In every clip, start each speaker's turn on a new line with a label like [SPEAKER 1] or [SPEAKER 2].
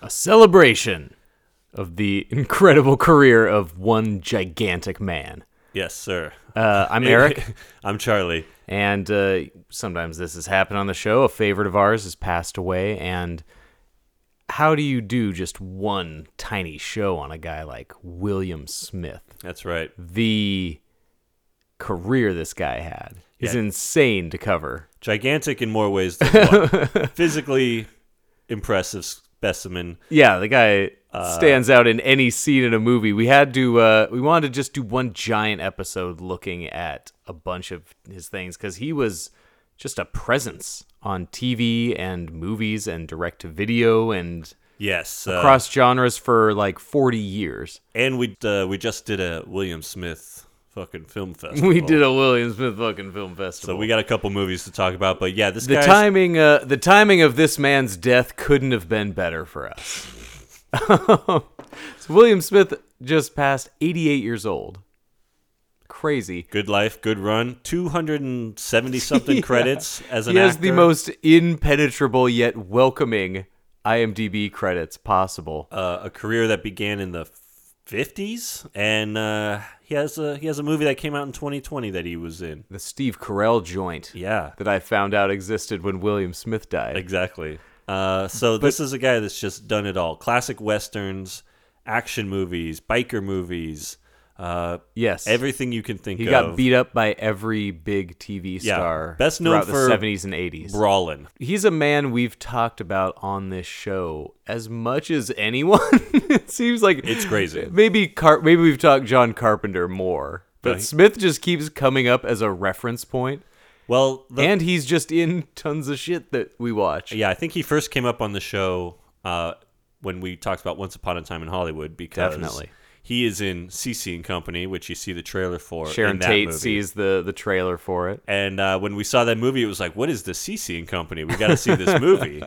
[SPEAKER 1] A celebration of the incredible career of one gigantic man.
[SPEAKER 2] Yes, sir.
[SPEAKER 1] Uh, I'm Eric.
[SPEAKER 2] I'm Charlie.
[SPEAKER 1] And uh, sometimes this has happened on the show. A favorite of ours has passed away. And how do you do just one tiny show on a guy like William Smith?
[SPEAKER 2] That's right.
[SPEAKER 1] The career this guy had is
[SPEAKER 2] Yeah.
[SPEAKER 1] insane to cover.
[SPEAKER 2] Gigantic in more ways than one. Physically impressive specimen.
[SPEAKER 1] Yeah, the guy stands out in any scene in a movie. We had to, uh, we wanted to just do one giant episode looking at a bunch of his things because he was just a presence on TV and movies and direct to video and
[SPEAKER 2] Yes. uh,
[SPEAKER 1] across genres for like 40 years.
[SPEAKER 2] and we uh, we just did a William Smith fucking film festival.
[SPEAKER 1] We did a William Smith fucking film festival.
[SPEAKER 2] So we got a couple movies to talk about, but yeah, this
[SPEAKER 1] the
[SPEAKER 2] guy's
[SPEAKER 1] timing. Uh, the timing of this man's death couldn't have been better for us. so William Smith just passed 88 years old. Crazy.
[SPEAKER 2] good life, good run, 270 something credits as an
[SPEAKER 1] he has
[SPEAKER 2] actor.
[SPEAKER 1] the most impenetrable yet welcoming IMDb credits possible.
[SPEAKER 2] uh, a career that began in the 50s and uh, he has a he has a movie that came out in 2020 that he was in.
[SPEAKER 1] the Steve Carell joint
[SPEAKER 2] Yeah.
[SPEAKER 1] that I found out existed when William Smith died.
[SPEAKER 2] Exactly. Uh, so this is a guy that's just done it all: classic westerns, action movies, biker movies, uh,
[SPEAKER 1] yes,
[SPEAKER 2] everything you can think
[SPEAKER 1] he
[SPEAKER 2] of.
[SPEAKER 1] got beat up by every big TV
[SPEAKER 2] Yeah.
[SPEAKER 1] star.
[SPEAKER 2] Best known
[SPEAKER 1] throughout
[SPEAKER 2] for
[SPEAKER 1] the 70s and 80s.
[SPEAKER 2] Brawling.
[SPEAKER 1] he's a man we've talked about on this show as much as anyone. it seems like
[SPEAKER 2] It's crazy.
[SPEAKER 1] Maybe Car- maybe we've talked John Carpenter more, but
[SPEAKER 2] he-
[SPEAKER 1] Smith just keeps coming up as a reference point,
[SPEAKER 2] Well, the,
[SPEAKER 1] and he's just in tons of shit that we watch.
[SPEAKER 2] yeah, I think he first came up on the show uh, when we talked about Once Upon a Time in Hollywood because
[SPEAKER 1] Definitely.
[SPEAKER 2] he is in CC and Company, which you see the trailer for. in
[SPEAKER 1] Sharon
[SPEAKER 2] that
[SPEAKER 1] Tate
[SPEAKER 2] movie.
[SPEAKER 1] sees the the trailer for it.
[SPEAKER 2] And uh, when we saw that movie, it was like, "What is the CC and Company? We got to see this movie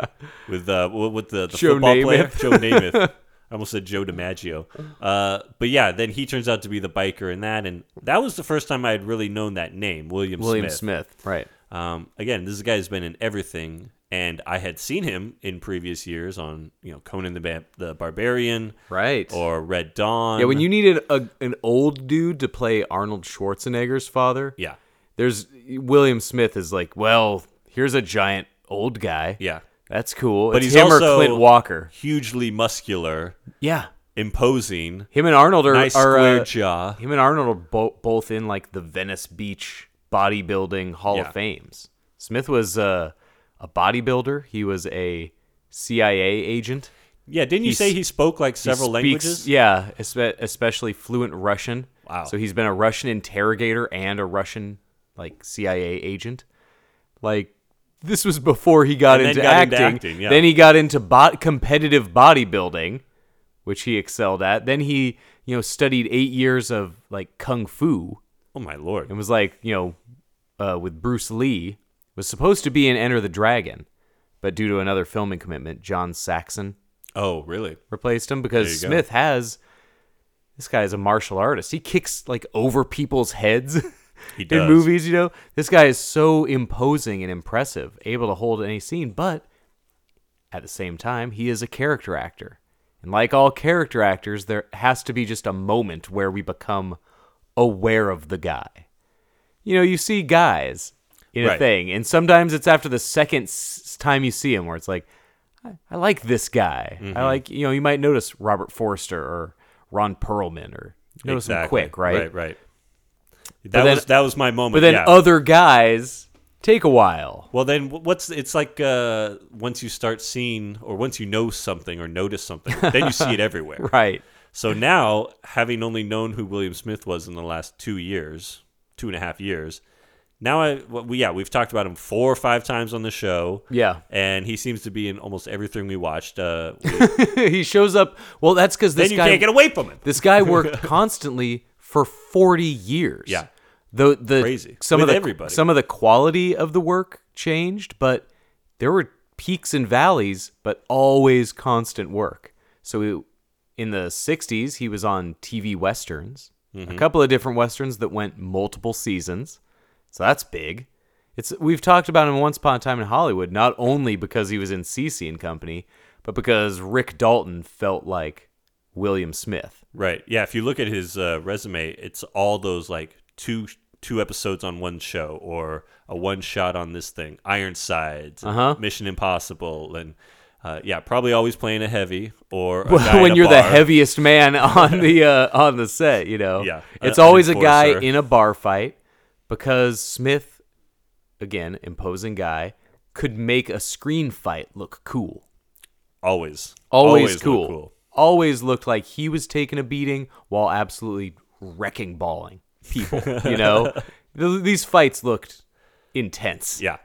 [SPEAKER 2] with uh, w- with the, the
[SPEAKER 1] Joe
[SPEAKER 2] football player
[SPEAKER 1] Namath.
[SPEAKER 2] Joe Namath." I almost said Joe DiMaggio, uh, but yeah, then he turns out to be the biker in that, and that was the first time I had really known that name, William
[SPEAKER 1] William
[SPEAKER 2] Smith.
[SPEAKER 1] Smith. right?
[SPEAKER 2] Um, again, this guy has been in everything, and I had seen him in previous years on you know Conan the ba- the Barbarian,
[SPEAKER 1] Right.
[SPEAKER 2] or Red Dawn.
[SPEAKER 1] Yeah, when you needed a, an old dude to play Arnold Schwarzenegger's father,
[SPEAKER 2] yeah
[SPEAKER 1] there's William Smith is like, well, here's a giant old guy.
[SPEAKER 2] yeah,
[SPEAKER 1] That's cool.
[SPEAKER 2] but
[SPEAKER 1] It's
[SPEAKER 2] he's
[SPEAKER 1] him
[SPEAKER 2] also
[SPEAKER 1] or Clint Walker.
[SPEAKER 2] hugely muscular,
[SPEAKER 1] Yeah.
[SPEAKER 2] imposing.
[SPEAKER 1] Him and Arnold are,
[SPEAKER 2] nice
[SPEAKER 1] are
[SPEAKER 2] square
[SPEAKER 1] uh,
[SPEAKER 2] jaw.
[SPEAKER 1] him and Arnold are bo- both in like the Venice Beach bodybuilding Hall
[SPEAKER 2] Yeah.
[SPEAKER 1] of Fames. Smith was uh, a bodybuilder. He was a CIA agent.
[SPEAKER 2] Yeah, didn't you
[SPEAKER 1] He's-
[SPEAKER 2] say he spoke like
[SPEAKER 1] He
[SPEAKER 2] several
[SPEAKER 1] speaks-
[SPEAKER 2] languages?
[SPEAKER 1] Yeah, espe- especially fluent Russian.
[SPEAKER 2] Wow.
[SPEAKER 1] So he's been a Russian interrogator and a Russian like CIA agent. Like this was before he got,
[SPEAKER 2] And then
[SPEAKER 1] into,
[SPEAKER 2] got into
[SPEAKER 1] acting.
[SPEAKER 2] acting, yeah.
[SPEAKER 1] Then he got into bot competitive bodybuilding, which he excelled at. Then he, you know, studied 8 years of like kung fu
[SPEAKER 2] Oh my lord.
[SPEAKER 1] and was like, you know, uh, with Bruce Lee was supposed to be in Enter the Dragon, but due to another filming commitment, John Saxon
[SPEAKER 2] Oh, really?
[SPEAKER 1] replaced him because
[SPEAKER 2] There you go.
[SPEAKER 1] Smith has this guy is a martial artist. He kicks like over people's heads
[SPEAKER 2] He does.
[SPEAKER 1] in movies, you know. This guy is so imposing and impressive, able to hold any scene, but at the same time, he is a character actor. And like all character actors, there has to be just a moment where we become aware of the guy. You know, you see guys in
[SPEAKER 2] Right.
[SPEAKER 1] a thing, and sometimes it's after the second s- time you see him where it's like, I like this guy.
[SPEAKER 2] Mm-hmm.
[SPEAKER 1] I like, you know, you might notice Robert Forster or Ron Perlman or notice him
[SPEAKER 2] Exactly.
[SPEAKER 1] quick, right?
[SPEAKER 2] Right, right. That
[SPEAKER 1] then-
[SPEAKER 2] was that was my moment.
[SPEAKER 1] But then
[SPEAKER 2] yeah.
[SPEAKER 1] other guys take a while.
[SPEAKER 2] well, then wh- what's it's like uh, once you start seeing or once you know something or notice something, then you see it everywhere.
[SPEAKER 1] Right.
[SPEAKER 2] So now, having only known who William Smith was in the last two years, two and a half years, Now I well, we- yeah we've talked about him four or five times on the show.
[SPEAKER 1] Yeah.
[SPEAKER 2] and he seems to be in almost everything we watched. Uh,
[SPEAKER 1] he shows up. Well, that's because this
[SPEAKER 2] then you
[SPEAKER 1] guy
[SPEAKER 2] can't get away from him.
[SPEAKER 1] This guy worked constantly for 40 years.
[SPEAKER 2] Yeah.
[SPEAKER 1] The the
[SPEAKER 2] Crazy.
[SPEAKER 1] some
[SPEAKER 2] With
[SPEAKER 1] of the
[SPEAKER 2] everybody.
[SPEAKER 1] some of the quality of the work changed, but there were peaks and valleys, but always constant work. So we, in the 60s, he was on TV westerns,
[SPEAKER 2] Mm-hmm.
[SPEAKER 1] a couple of different westerns that went multiple seasons. So that's big. It's we've talked about him once upon a time in Hollywood, not only because he was in CC and Company, but because Rick Dalton felt like William Smith.
[SPEAKER 2] Right. Yeah. If you look at his uh, resume, it's all those like two two episodes on one show or a one shot on this thing, Ironsides,
[SPEAKER 1] Uh-huh.
[SPEAKER 2] Mission Impossible, and uh, yeah, probably always playing a heavy or a guy in
[SPEAKER 1] when
[SPEAKER 2] a
[SPEAKER 1] you're the
[SPEAKER 2] bar.
[SPEAKER 1] heaviest man on the uh, on the set, you know.
[SPEAKER 2] Yeah,
[SPEAKER 1] it's
[SPEAKER 2] a- an
[SPEAKER 1] always a guy
[SPEAKER 2] enforcer.
[SPEAKER 1] in a bar fight because Smith, again, imposing guy, could make a screen fight look cool.
[SPEAKER 2] Always,
[SPEAKER 1] Always,
[SPEAKER 2] look
[SPEAKER 1] cool. Always looked like he was taking a beating while absolutely wrecking balling people. you know, Th- these fights looked intense
[SPEAKER 2] Yeah.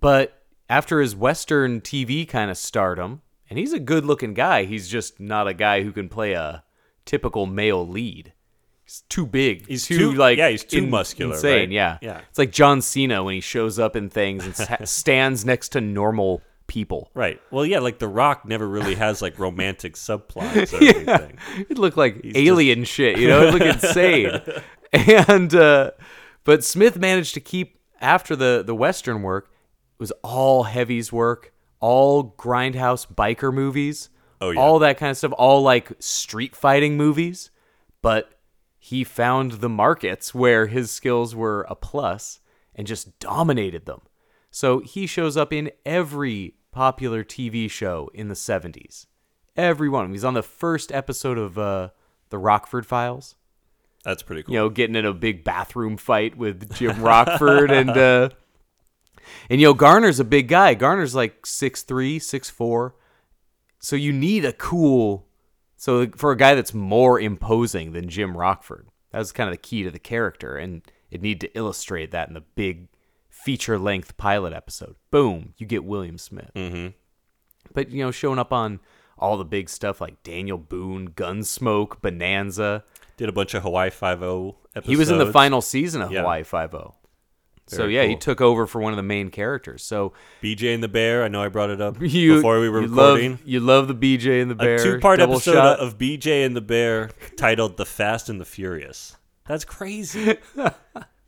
[SPEAKER 1] but after his western tv kind of stardom and he's a good looking guy he's just not a guy who can play a typical male lead he's too big
[SPEAKER 2] He's
[SPEAKER 1] too,
[SPEAKER 2] too-
[SPEAKER 1] like
[SPEAKER 2] yeah, he's too muscular,
[SPEAKER 1] insane
[SPEAKER 2] right?
[SPEAKER 1] yeah
[SPEAKER 2] Yeah.
[SPEAKER 1] it's like john cena when he shows up in things and sa- stands next to normal people
[SPEAKER 2] Right. Well, yeah. Like The Rock never really has like romantic subplots or anything.
[SPEAKER 1] It looked like alien shit, you know. It looked insane. And uh, but Smith managed to keep after the the western work it was all heavies work, all grindhouse biker movies,
[SPEAKER 2] Oh, yeah.
[SPEAKER 1] all that kind of stuff, all like street fighting movies. But he found the markets where his skills were a plus and just dominated them. So he shows up in every popular TV show in the 70s. Every one. He's on the first episode of uh, The Rockford Files.
[SPEAKER 2] That's pretty cool.
[SPEAKER 1] You know, getting in a big bathroom fight with Jim Rockford and uh, and you know Garner's a big guy. Garner's like 6'3", 6'4". So you need a cool so for a guy that's more imposing than Jim Rockford. That was kind of the key to the character and it need to illustrate that in the big feature length pilot episode. Boom, you get William Smith
[SPEAKER 2] Mm-hmm.
[SPEAKER 1] but you know, showing up on all the big stuff like Daniel Boone, Gunsmoke, Bonanza.
[SPEAKER 2] Did a bunch of Hawaii Five O episodes.
[SPEAKER 1] He was in the final season of
[SPEAKER 2] Yeah.
[SPEAKER 1] Hawaii Five O. So
[SPEAKER 2] Very
[SPEAKER 1] yeah, he
[SPEAKER 2] cool.
[SPEAKER 1] took over for one of the main characters. So
[SPEAKER 2] BJ and the Bear. I know I brought it up
[SPEAKER 1] you
[SPEAKER 2] before we were
[SPEAKER 1] you
[SPEAKER 2] recording.
[SPEAKER 1] love, you love the BJ and the bear
[SPEAKER 2] a two-part
[SPEAKER 1] double
[SPEAKER 2] episode
[SPEAKER 1] shot.
[SPEAKER 2] of BJ and the Bear titled "The Fast and the Furious." That's crazy.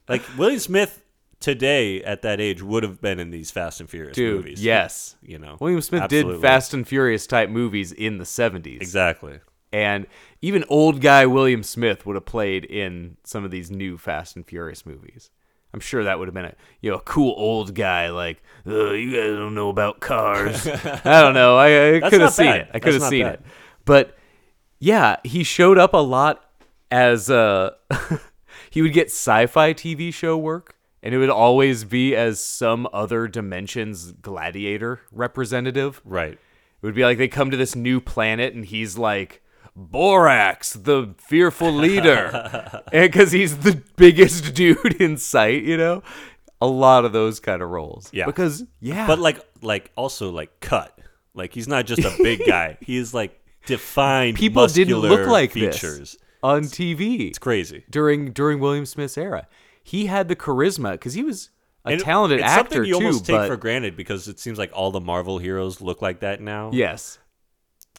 [SPEAKER 2] like William Smith today at that age would have been in these Fast and Furious
[SPEAKER 1] dude.
[SPEAKER 2] movies.
[SPEAKER 1] Yes,
[SPEAKER 2] you know
[SPEAKER 1] William Smith
[SPEAKER 2] absolutely.
[SPEAKER 1] did Fast and Furious type movies in the seventies,
[SPEAKER 2] Exactly.
[SPEAKER 1] and even old guy William Smith would have played in some of these new Fast and Furious movies. I'm sure that would have been a you know a cool old guy like "Ugh, you guys don't know about cars. I don't know. I, I could
[SPEAKER 2] not
[SPEAKER 1] have seen
[SPEAKER 2] bad.
[SPEAKER 1] it. I
[SPEAKER 2] That's
[SPEAKER 1] could have
[SPEAKER 2] not
[SPEAKER 1] seen
[SPEAKER 2] bad.
[SPEAKER 1] it. But yeah, he showed up a lot as uh he would get sci-fi TV show work and it would always be as some other dimensions gladiator representative.
[SPEAKER 2] Right.
[SPEAKER 1] It would be like they come to this new planet and he's like Borax, the fearful leader. and cuz he's the biggest dude in sight, you know? A lot of those kind of roles.
[SPEAKER 2] Yeah.
[SPEAKER 1] Because yeah.
[SPEAKER 2] But like, like also like cut. Like he's not just a big guy. he is like defined.
[SPEAKER 1] people didn't look
[SPEAKER 2] muscular
[SPEAKER 1] like
[SPEAKER 2] features.
[SPEAKER 1] this on TV.
[SPEAKER 2] It's crazy.
[SPEAKER 1] during during William Smith's era. He had the charisma because he was a
[SPEAKER 2] And
[SPEAKER 1] talented
[SPEAKER 2] it's
[SPEAKER 1] actor
[SPEAKER 2] something you
[SPEAKER 1] too.
[SPEAKER 2] almost take
[SPEAKER 1] but
[SPEAKER 2] for granted because it seems like all the Marvel heroes look like that now.
[SPEAKER 1] yes,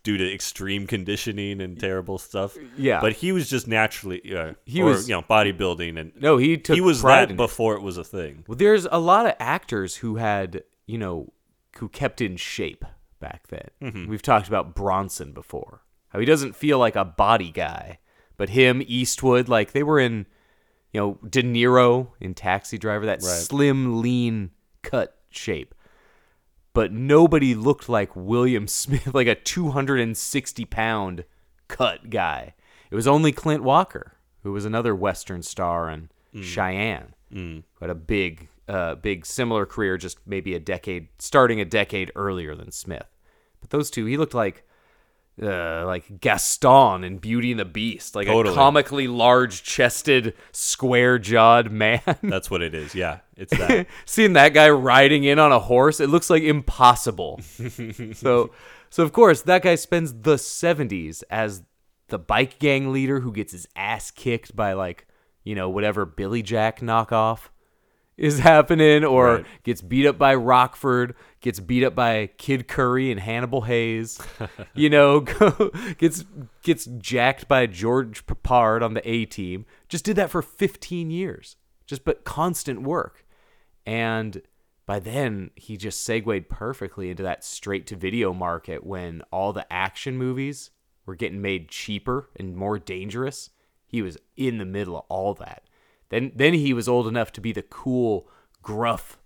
[SPEAKER 2] due to extreme conditioning and terrible stuff.
[SPEAKER 1] Yeah.
[SPEAKER 2] but he was just naturally uh,
[SPEAKER 1] He
[SPEAKER 2] he or,
[SPEAKER 1] was-
[SPEAKER 2] was you know bodybuilding and
[SPEAKER 1] no, he took.
[SPEAKER 2] he was
[SPEAKER 1] pride
[SPEAKER 2] that
[SPEAKER 1] in it.
[SPEAKER 2] before it was a thing.
[SPEAKER 1] Well, there's a lot of actors who had you know who kept in shape back then. We've talked about Bronson before. How he doesn't feel like a body guy, but him Eastwood like they were in you know De Niro in Taxi Driver that slim lean cut shape. but nobody looked like William Smith, like a 260 pound cut guy. It was only Clint Walker, who was another Western star and Cheyenne, who had a big, uh, big similar career, just maybe a decade, starting a decade earlier than Smith. But those two, he looked like uh, like Gaston in Beauty and the Beast, like
[SPEAKER 2] Totally.
[SPEAKER 1] a comically large-chested, square-jawed man.
[SPEAKER 2] That's what it is. Yeah, it's that.
[SPEAKER 1] Seeing that guy riding in on a horse, it looks like impossible. so, so of course, that guy spends the '70s as the bike gang leader who gets his ass kicked by like you know whatever Billy Jack knockoff is happening, or
[SPEAKER 2] Right.
[SPEAKER 1] gets beat up by Rockford, gets beat up by Kid Curry and Hannibal Hayes, you know, go, gets gets jacked by George Papard on the A team. Just did that for 15 years, just but constant work, and by then he just segued perfectly into that straight to video market when all the action movies were getting made cheaper and more dangerous. He was in the middle of all that. Then then he was old enough to be the cool, gruff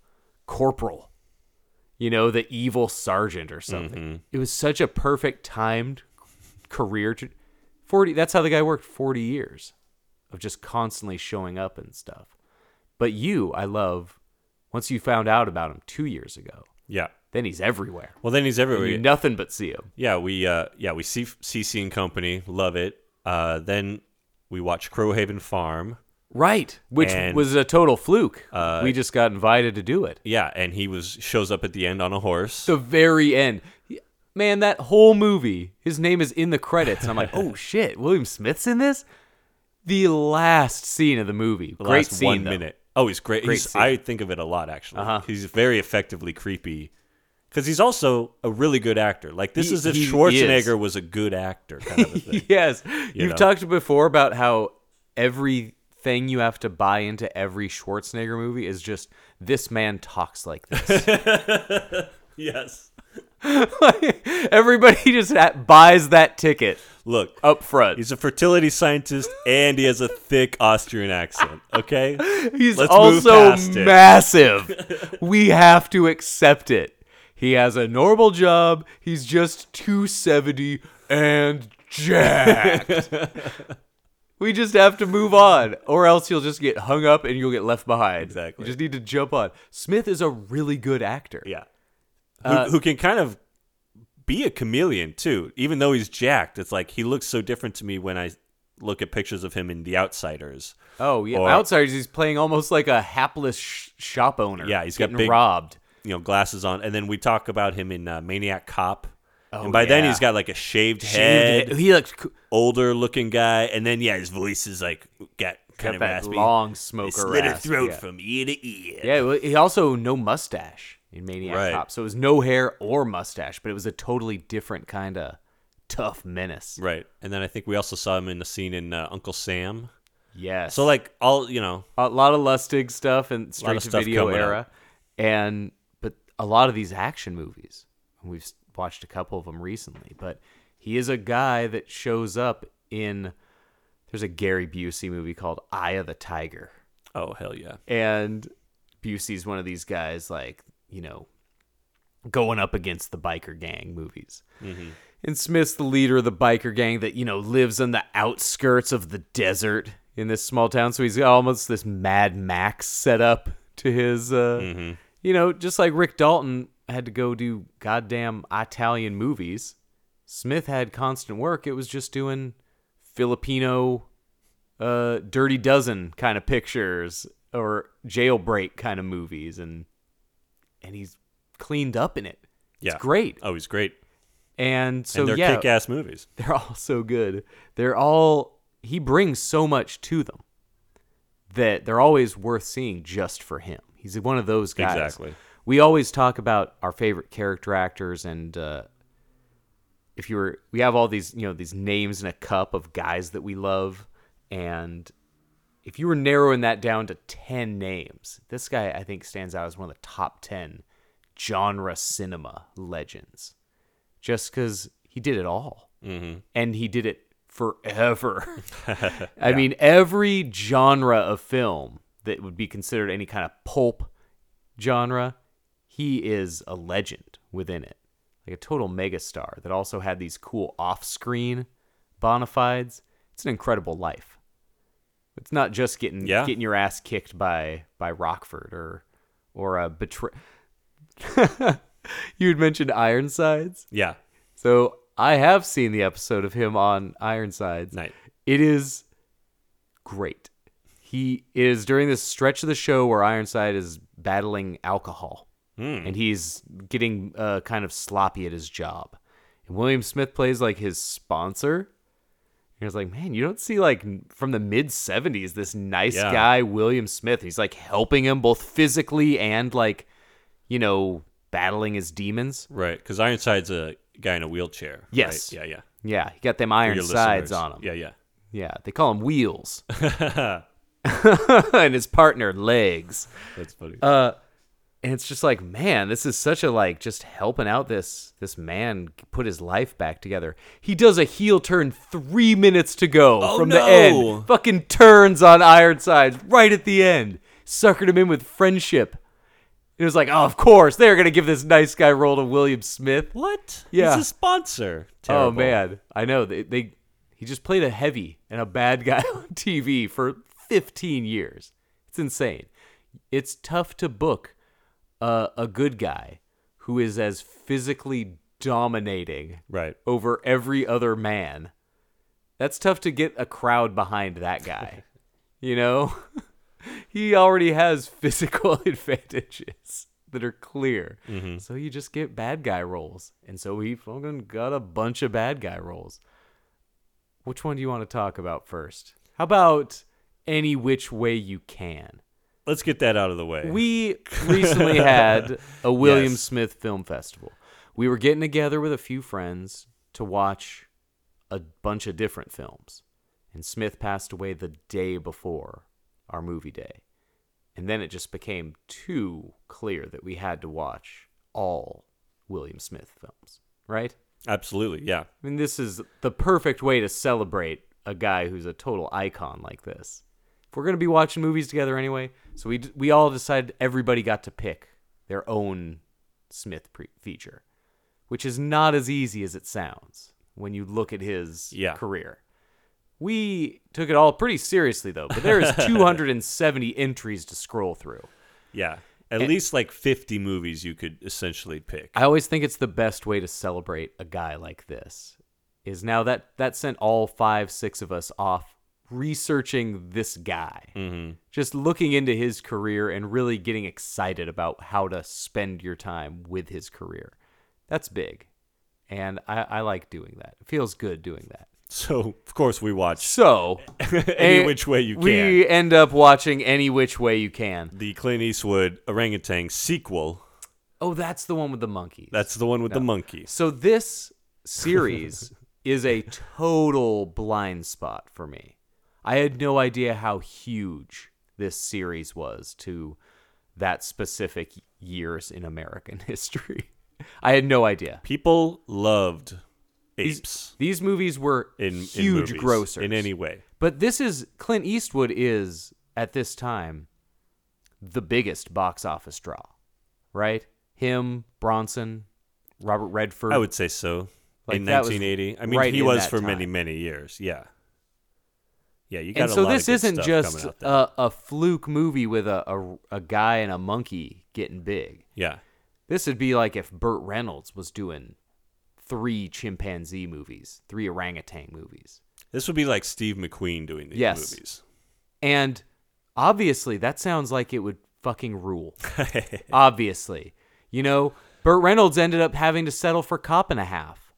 [SPEAKER 1] corporal. You know, the evil sergeant or something. It was such a perfect timed career to 40 that's how the guy worked 40 years of just constantly showing up and stuff. But you, I love once you found out about him 2 years ago.
[SPEAKER 2] yeah.
[SPEAKER 1] Then he's everywhere.
[SPEAKER 2] Well, then he's everywhere.
[SPEAKER 1] You nothing but see him.
[SPEAKER 2] yeah, we uh, yeah we see CC and Company, love it. Uh, then we watch Crowhaven Farm.
[SPEAKER 1] Right, Uh, which
[SPEAKER 2] And-
[SPEAKER 1] was a total fluke. we just got invited to do it.
[SPEAKER 2] Yeah, and he was shows up at the end on a horse.
[SPEAKER 1] the very end. He- Man, that whole movie, his name is in the credits. And I'm like, oh shit, William Smith's in this? The last scene of the movie.
[SPEAKER 2] the
[SPEAKER 1] Great
[SPEAKER 2] last
[SPEAKER 1] scene.
[SPEAKER 2] one
[SPEAKER 1] though.
[SPEAKER 2] minute. Oh, he's great.
[SPEAKER 1] Great
[SPEAKER 2] he's,
[SPEAKER 1] scene. Uh-huh.
[SPEAKER 2] I think of it a lot actually. He's very effectively creepy because he's also a really good actor. Like this
[SPEAKER 1] He-
[SPEAKER 2] is if
[SPEAKER 1] he is.
[SPEAKER 2] Schwarzenegger was a good actor kind of a thing.
[SPEAKER 1] Yes.
[SPEAKER 2] You
[SPEAKER 1] You've
[SPEAKER 2] know.
[SPEAKER 1] talked before about how everything you have to buy into every Schwarzenegger movie is just this man talks like this.
[SPEAKER 2] yes.
[SPEAKER 1] Everybody just ha- buys that ticket
[SPEAKER 2] Look,
[SPEAKER 1] up front.
[SPEAKER 2] he's a fertility scientist and he has a thick Austrian accent. Okay.
[SPEAKER 1] He's
[SPEAKER 2] Let's move
[SPEAKER 1] also
[SPEAKER 2] past it.
[SPEAKER 1] massive. we have to accept it. He has a normal job. He's just 270 and jacked. we just have to move on, or else you'll just get hung up and you'll get left behind.
[SPEAKER 2] Exactly.
[SPEAKER 1] You just need to jump on. Smith is a really good actor.
[SPEAKER 2] Yeah. Who,
[SPEAKER 1] Uh,
[SPEAKER 2] who can kind of be a chameleon too, even though he's jacked. It's like he looks so different to me when I look at pictures of him in The Outsiders.
[SPEAKER 1] Oh, yeah.
[SPEAKER 2] Or-
[SPEAKER 1] Outsiders, he's playing almost like a hapless sh- shop owner.
[SPEAKER 2] Yeah, he's got
[SPEAKER 1] getting
[SPEAKER 2] big-
[SPEAKER 1] robbed.
[SPEAKER 2] you know glasses on and then we talk about him in uh, maniac cop
[SPEAKER 1] Oh,
[SPEAKER 2] and by then
[SPEAKER 1] yeah.
[SPEAKER 2] he's got like a shaved,
[SPEAKER 1] Shaved-
[SPEAKER 2] head
[SPEAKER 1] He looks co-
[SPEAKER 2] older looking guy and then yeah his voice is like got kind of
[SPEAKER 1] that
[SPEAKER 2] raspy
[SPEAKER 1] long
[SPEAKER 2] They
[SPEAKER 1] smoker
[SPEAKER 2] slit her
[SPEAKER 1] rasp,
[SPEAKER 2] throat
[SPEAKER 1] yeah.
[SPEAKER 2] from ear to ear
[SPEAKER 1] Yeah, well, he also no mustache in Maniac
[SPEAKER 2] Right.
[SPEAKER 1] Cop, so it was no hair or mustache, but it was a totally different kind of tough menace.
[SPEAKER 2] right and then i think we also saw him in the scene in uh, uncle sam
[SPEAKER 1] Yes.
[SPEAKER 2] so like all you know
[SPEAKER 1] a lot of Lustig stuff and
[SPEAKER 2] Lot
[SPEAKER 1] straight
[SPEAKER 2] of
[SPEAKER 1] to
[SPEAKER 2] stuff
[SPEAKER 1] video
[SPEAKER 2] coming up.
[SPEAKER 1] era, and but a lot of these action movies, and we've s- watched a couple of them recently. But he is a guy that shows up in. There's a Gary Busey movie called Eye of the Tiger.
[SPEAKER 2] oh hell yeah
[SPEAKER 1] and Busey's one of these guys like you know going up against the biker gang movies and Smith's the leader of the biker gang that you know lives on the outskirts of the desert in this small town so he's got almost this Mad Max setup to his uh
[SPEAKER 2] Mm-hmm.
[SPEAKER 1] you know just like Rick Dalton had to go do goddamn Italian movies Smith had constant work it was just doing Filipino uh, Dirty Dozen kind of pictures or jailbreak kind of movies, and and he's cleaned up in it.
[SPEAKER 2] yeah
[SPEAKER 1] It's great.
[SPEAKER 2] oh he's great
[SPEAKER 1] And so
[SPEAKER 2] and they're
[SPEAKER 1] yeah,
[SPEAKER 2] kick-ass movies
[SPEAKER 1] they're all so good. They're all he brings so much to them that they're always worth seeing just for him. He's one of those guys.
[SPEAKER 2] Exactly.
[SPEAKER 1] We always talk about our favorite character actors and uh, if you were we have all these, you know, these names in a cup of guys that we love and if you were narrowing that down to 10 names, this guy I think stands out as one of the top 10 genre cinema legends. Just cuz he did it all and he did it forever. I mean, every genre of film that would be considered any kind of pulp genre, he is a legend within it. Like a total megastar that also had these cool off screen bona fides. It's an incredible life. It's not just getting
[SPEAKER 2] Yeah.
[SPEAKER 1] getting your ass kicked by by Rockford or or a betray. you had mentioned Ironsides.
[SPEAKER 2] yeah
[SPEAKER 1] So I have seen the episode of him on Ironsides.
[SPEAKER 2] Night.
[SPEAKER 1] It is great. He it is during this stretch of the show where Ironside is battling alcohol, and he's getting uh, kind of sloppy at his job. And William Smith plays like his sponsor. And I was like, man, you don't see like n- from the mid '70s this nice
[SPEAKER 2] Yeah.
[SPEAKER 1] guy William Smith. He's like helping him both physically and like, you know, battling his demons.
[SPEAKER 2] Right, because Ironside's a guy in a wheelchair. right?
[SPEAKER 1] Yes.
[SPEAKER 2] Yeah, yeah.
[SPEAKER 1] Yeah, he got them
[SPEAKER 2] For
[SPEAKER 1] iron
[SPEAKER 2] your
[SPEAKER 1] sides
[SPEAKER 2] listeners.
[SPEAKER 1] on him.
[SPEAKER 2] Yeah, yeah.
[SPEAKER 1] Yeah, they call him wheels. and his partner legs.
[SPEAKER 2] That's funny.
[SPEAKER 1] Uh, And it's just like, man, this is such a like just helping out this this man put his life back together. He does a heel turn 3 minutes to go
[SPEAKER 2] Oh,
[SPEAKER 1] from
[SPEAKER 2] no.
[SPEAKER 1] the end. Fucking turns on Ironsides right at the end. Suckered him in with friendship. It was like, oh, of course, they're going to give this nice guy role to William Smith.
[SPEAKER 2] what?
[SPEAKER 1] yeah.
[SPEAKER 2] He's a sponsor. Terrible.
[SPEAKER 1] Oh man, I know they, they. He just played a heavy and a bad guy on TV for 15 years. It's insane. It's tough to book a, a good guy who is as physically dominating
[SPEAKER 2] Right.
[SPEAKER 1] over every other man. That's tough to get a crowd behind that guy. you know, he already has physical advantages that are clear. So you just get bad guy roles. And so he fucking got a bunch of bad guy roles. Which one do you want to talk about first? How about any which way you can?
[SPEAKER 2] Let's get that out of the way.
[SPEAKER 1] We recently had a William
[SPEAKER 2] Yes.
[SPEAKER 1] Smith Film Festival. We were getting together with a few friends to watch a bunch of different films. And Smith passed away the day before our movie day. And then it just became too clear that we had to watch all William Smith films, right?
[SPEAKER 2] Absolutely. Yeah.
[SPEAKER 1] I mean, this is the perfect way to celebrate a guy who's a total icon like this. If we're gonna be watching movies together anyway, so we d- we all decided everybody got to pick their own Smith pre- feature, which is not as easy as it sounds when you look at his
[SPEAKER 2] Yeah.
[SPEAKER 1] career. We took it all pretty seriously though, but there is 270 entries to scroll through.
[SPEAKER 2] Yeah. At least like 50 movies you could essentially pick.
[SPEAKER 1] I always think it's the best way to celebrate a guy like this. Is now that that sent all five, six of us off researching this guy,
[SPEAKER 2] Mm-hmm.
[SPEAKER 1] just looking into his career and really getting excited about how to spend your time with his career. That's big, and I, I like doing that. It feels good doing that.
[SPEAKER 2] so, of course, we watched
[SPEAKER 1] So,
[SPEAKER 2] Any
[SPEAKER 1] eh,
[SPEAKER 2] Which Way You
[SPEAKER 1] we end up watching any which way you can.
[SPEAKER 2] the Clint Eastwood orangutan sequel.
[SPEAKER 1] Oh, that's the one with the monkeys.
[SPEAKER 2] That's the one with the monkeys.
[SPEAKER 1] So this series is a total blind spot for me. I had no idea how huge this series was to that specific years in American history. I had no idea.
[SPEAKER 2] People loved
[SPEAKER 1] These,
[SPEAKER 2] apes
[SPEAKER 1] these movies were
[SPEAKER 2] in in
[SPEAKER 1] huge
[SPEAKER 2] movies,
[SPEAKER 1] grossers
[SPEAKER 2] in any way.
[SPEAKER 1] But this is Clint Eastwood is at this time the biggest box office draw, right? Him, Bronson, Robert Redford.
[SPEAKER 2] I would say so.
[SPEAKER 1] Like,
[SPEAKER 2] in
[SPEAKER 1] that was
[SPEAKER 2] 1980, I mean,
[SPEAKER 1] right
[SPEAKER 2] he
[SPEAKER 1] in
[SPEAKER 2] was
[SPEAKER 1] that
[SPEAKER 2] for many
[SPEAKER 1] time.
[SPEAKER 2] many years. Yeah, yeah. You got
[SPEAKER 1] and
[SPEAKER 2] a
[SPEAKER 1] so
[SPEAKER 2] lot of
[SPEAKER 1] this
[SPEAKER 2] good
[SPEAKER 1] isn't
[SPEAKER 2] stuff
[SPEAKER 1] just uh,
[SPEAKER 2] coming out there.
[SPEAKER 1] a, a fluke movie with a, a, a guy and a monkey getting big.
[SPEAKER 2] yeah,
[SPEAKER 1] This would be like if Burt Reynolds was doing three chimpanzee movies, three orangutan movies.
[SPEAKER 2] this would be like Steve McQueen doing these
[SPEAKER 1] Yes.
[SPEAKER 2] movies.
[SPEAKER 1] And obviously, that sounds like it would fucking rule. obviously. You know, Burt Reynolds ended up having to settle for cop and a half.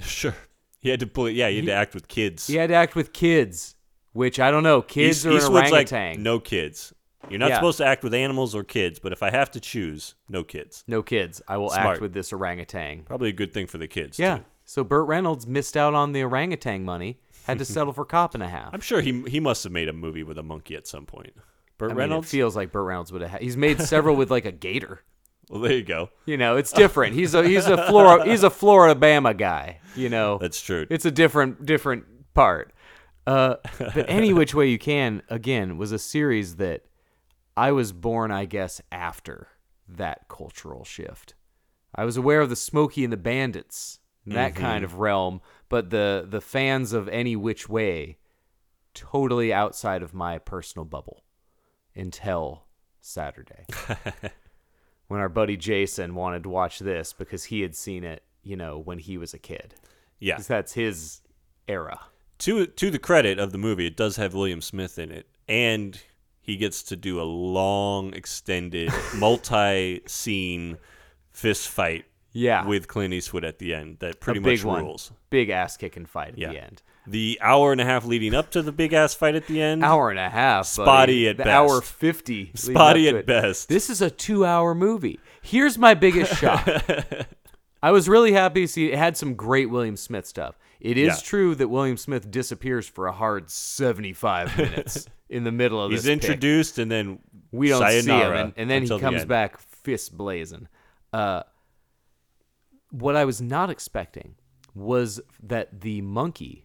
[SPEAKER 2] Sure, he had to pull it. Yeah, he had to act with kids.
[SPEAKER 1] He had to act with kids, which I don't know. Kids
[SPEAKER 2] East-
[SPEAKER 1] or an
[SPEAKER 2] Eastwood's like,
[SPEAKER 1] orangutan.
[SPEAKER 2] no kids. You're not
[SPEAKER 1] Yeah.
[SPEAKER 2] supposed to act with animals or kids, but if I have to choose, no kids.
[SPEAKER 1] No kids. I will
[SPEAKER 2] Smart.
[SPEAKER 1] act with this orangutan.
[SPEAKER 2] Probably a good thing for the kids.
[SPEAKER 1] Yeah.
[SPEAKER 2] too.
[SPEAKER 1] So Burt Reynolds missed out on the orangutan money, had to settle for cop and a half.
[SPEAKER 2] I'm sure he he must have made a movie with a monkey at some point. Burt
[SPEAKER 1] I mean,
[SPEAKER 2] Reynolds.
[SPEAKER 1] it feels like Burt Reynolds would have. Had, he's made several with like a gator.
[SPEAKER 2] well, there you go.
[SPEAKER 1] You know, it's different. He's a he's a Flora he's a Florida Bama guy. You know,
[SPEAKER 2] That's true.
[SPEAKER 1] It's a different different part. Uh, but any which way you can, again, was a series that I was born, I guess, after that cultural shift. I was aware of the Smokey and the Bandits, that kind of realm, but the the fans of any which way, totally outside of my personal bubble, until Saturday, when our buddy Jason wanted to watch this because he had seen it, you know, when he was a kid.
[SPEAKER 2] Yeah.
[SPEAKER 1] 'cause that's his era.
[SPEAKER 2] to to the credit of the movie, it does have William Smith in it, and he gets to do a long, extended, multi-scene fist fight
[SPEAKER 1] Yeah.
[SPEAKER 2] with Clint Eastwood at the end. That
[SPEAKER 1] a
[SPEAKER 2] pretty
[SPEAKER 1] big
[SPEAKER 2] much
[SPEAKER 1] one.
[SPEAKER 2] rules.
[SPEAKER 1] Big ass kicking fight at
[SPEAKER 2] Yeah.
[SPEAKER 1] the end.
[SPEAKER 2] The hour and a half leading up to the big ass fight at the end.
[SPEAKER 1] Hour and a half. buddy.
[SPEAKER 2] Spotty at
[SPEAKER 1] the
[SPEAKER 2] best.
[SPEAKER 1] Hour 50. leading
[SPEAKER 2] Spotty
[SPEAKER 1] up to
[SPEAKER 2] at
[SPEAKER 1] it.
[SPEAKER 2] best.
[SPEAKER 1] This is a two hour movie. Here's my biggest shock. I was really happy to see it had some great William Smith stuff. It is
[SPEAKER 2] Yeah.
[SPEAKER 1] true that William Smith disappears for a hard 75 minutes in the middle of
[SPEAKER 2] He's
[SPEAKER 1] this. pick.
[SPEAKER 2] introduced and then
[SPEAKER 1] We don't see him,
[SPEAKER 2] sayonara
[SPEAKER 1] and, and then
[SPEAKER 2] until
[SPEAKER 1] he
[SPEAKER 2] the
[SPEAKER 1] comes
[SPEAKER 2] end.
[SPEAKER 1] back fist blazing. Uh, what I was not expecting was that the monkey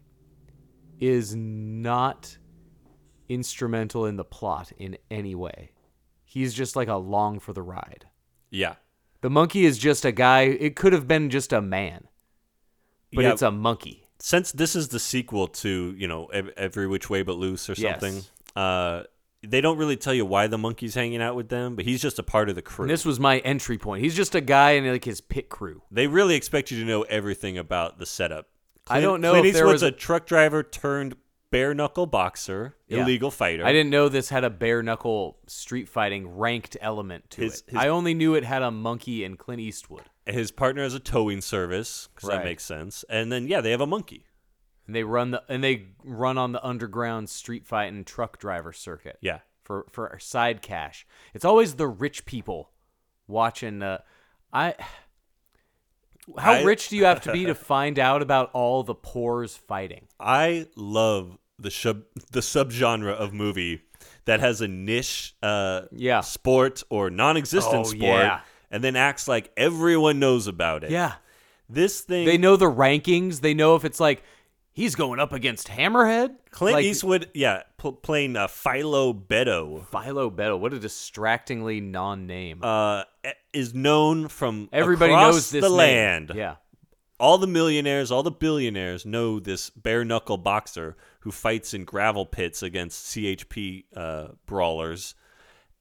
[SPEAKER 1] is not instrumental in the plot in any way. He's just like along for the ride.
[SPEAKER 2] Yeah,
[SPEAKER 1] The monkey is just a guy. It could have been just a man, but
[SPEAKER 2] Yeah.
[SPEAKER 1] it's a monkey.
[SPEAKER 2] since this is the sequel to you know Ev- every which way but loose or
[SPEAKER 1] Yes.
[SPEAKER 2] something uh they don't really tell you why the monkey's hanging out with them but he's just a part of the crew
[SPEAKER 1] And this was my entry point. He's just a guy in like his pit crew.
[SPEAKER 2] they really expect you to know everything about the setup
[SPEAKER 1] I don't know
[SPEAKER 2] Clint
[SPEAKER 1] if there
[SPEAKER 2] Eastwood's
[SPEAKER 1] was-
[SPEAKER 2] a truck driver turned bare knuckle boxer
[SPEAKER 1] Yeah.
[SPEAKER 2] illegal fighter
[SPEAKER 1] I didn't know this had a bare knuckle street fighting ranked element to
[SPEAKER 2] His-
[SPEAKER 1] it.
[SPEAKER 2] his-
[SPEAKER 1] I only knew it had a monkey and Clint Eastwood.
[SPEAKER 2] his partner has a towing service because
[SPEAKER 1] Right.
[SPEAKER 2] that makes sense and then yeah they have a monkey
[SPEAKER 1] And they run the and they run on the underground street fighting truck driver circuit.
[SPEAKER 2] yeah
[SPEAKER 1] For for side cash. It's always the rich people watching uh I how
[SPEAKER 2] I-
[SPEAKER 1] rich do you have to be to find out about all the poor's fighting?
[SPEAKER 2] I love the sub the subgenre of movie that has a niche uh
[SPEAKER 1] Yeah.
[SPEAKER 2] sport or non-existent
[SPEAKER 1] Oh,
[SPEAKER 2] sport
[SPEAKER 1] yeah.
[SPEAKER 2] and then acts like everyone knows about it.
[SPEAKER 1] Yeah.
[SPEAKER 2] This thing
[SPEAKER 1] They know the rankings. They know if it's like he's going up against Hammerhead.
[SPEAKER 2] Clint
[SPEAKER 1] like,
[SPEAKER 2] Eastwood, yeah, pl- playing uh, Philo Beto
[SPEAKER 1] Philo Beto. What a distractingly non-name.
[SPEAKER 2] uh e- is known from
[SPEAKER 1] Everybody
[SPEAKER 2] across
[SPEAKER 1] knows this
[SPEAKER 2] the
[SPEAKER 1] name.
[SPEAKER 2] land.
[SPEAKER 1] Yeah,
[SPEAKER 2] All the millionaires, all the billionaires know this bare knuckle boxer who fights in gravel pits against CHP uh, brawlers.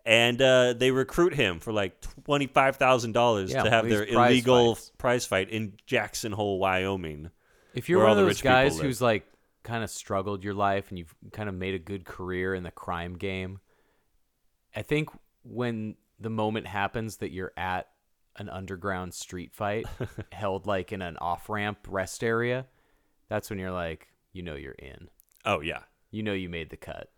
[SPEAKER 2] And uh, they recruit him for like $25,000
[SPEAKER 1] Yeah,
[SPEAKER 2] to have
[SPEAKER 1] these
[SPEAKER 2] their
[SPEAKER 1] prize
[SPEAKER 2] illegal
[SPEAKER 1] fights.
[SPEAKER 2] prize fight in Jackson Hole, Wyoming.
[SPEAKER 1] if you're
[SPEAKER 2] Where
[SPEAKER 1] one
[SPEAKER 2] all
[SPEAKER 1] of
[SPEAKER 2] the
[SPEAKER 1] those
[SPEAKER 2] rich people
[SPEAKER 1] guys
[SPEAKER 2] live.
[SPEAKER 1] who's like kind of struggled your life and you've kind of made a good career in the crime game, I think when the moment happens that you're at an underground street fight held like in an off ramp rest area, that's when you're like, you know, you're in.
[SPEAKER 2] Oh, yeah.
[SPEAKER 1] You know, you made the cut.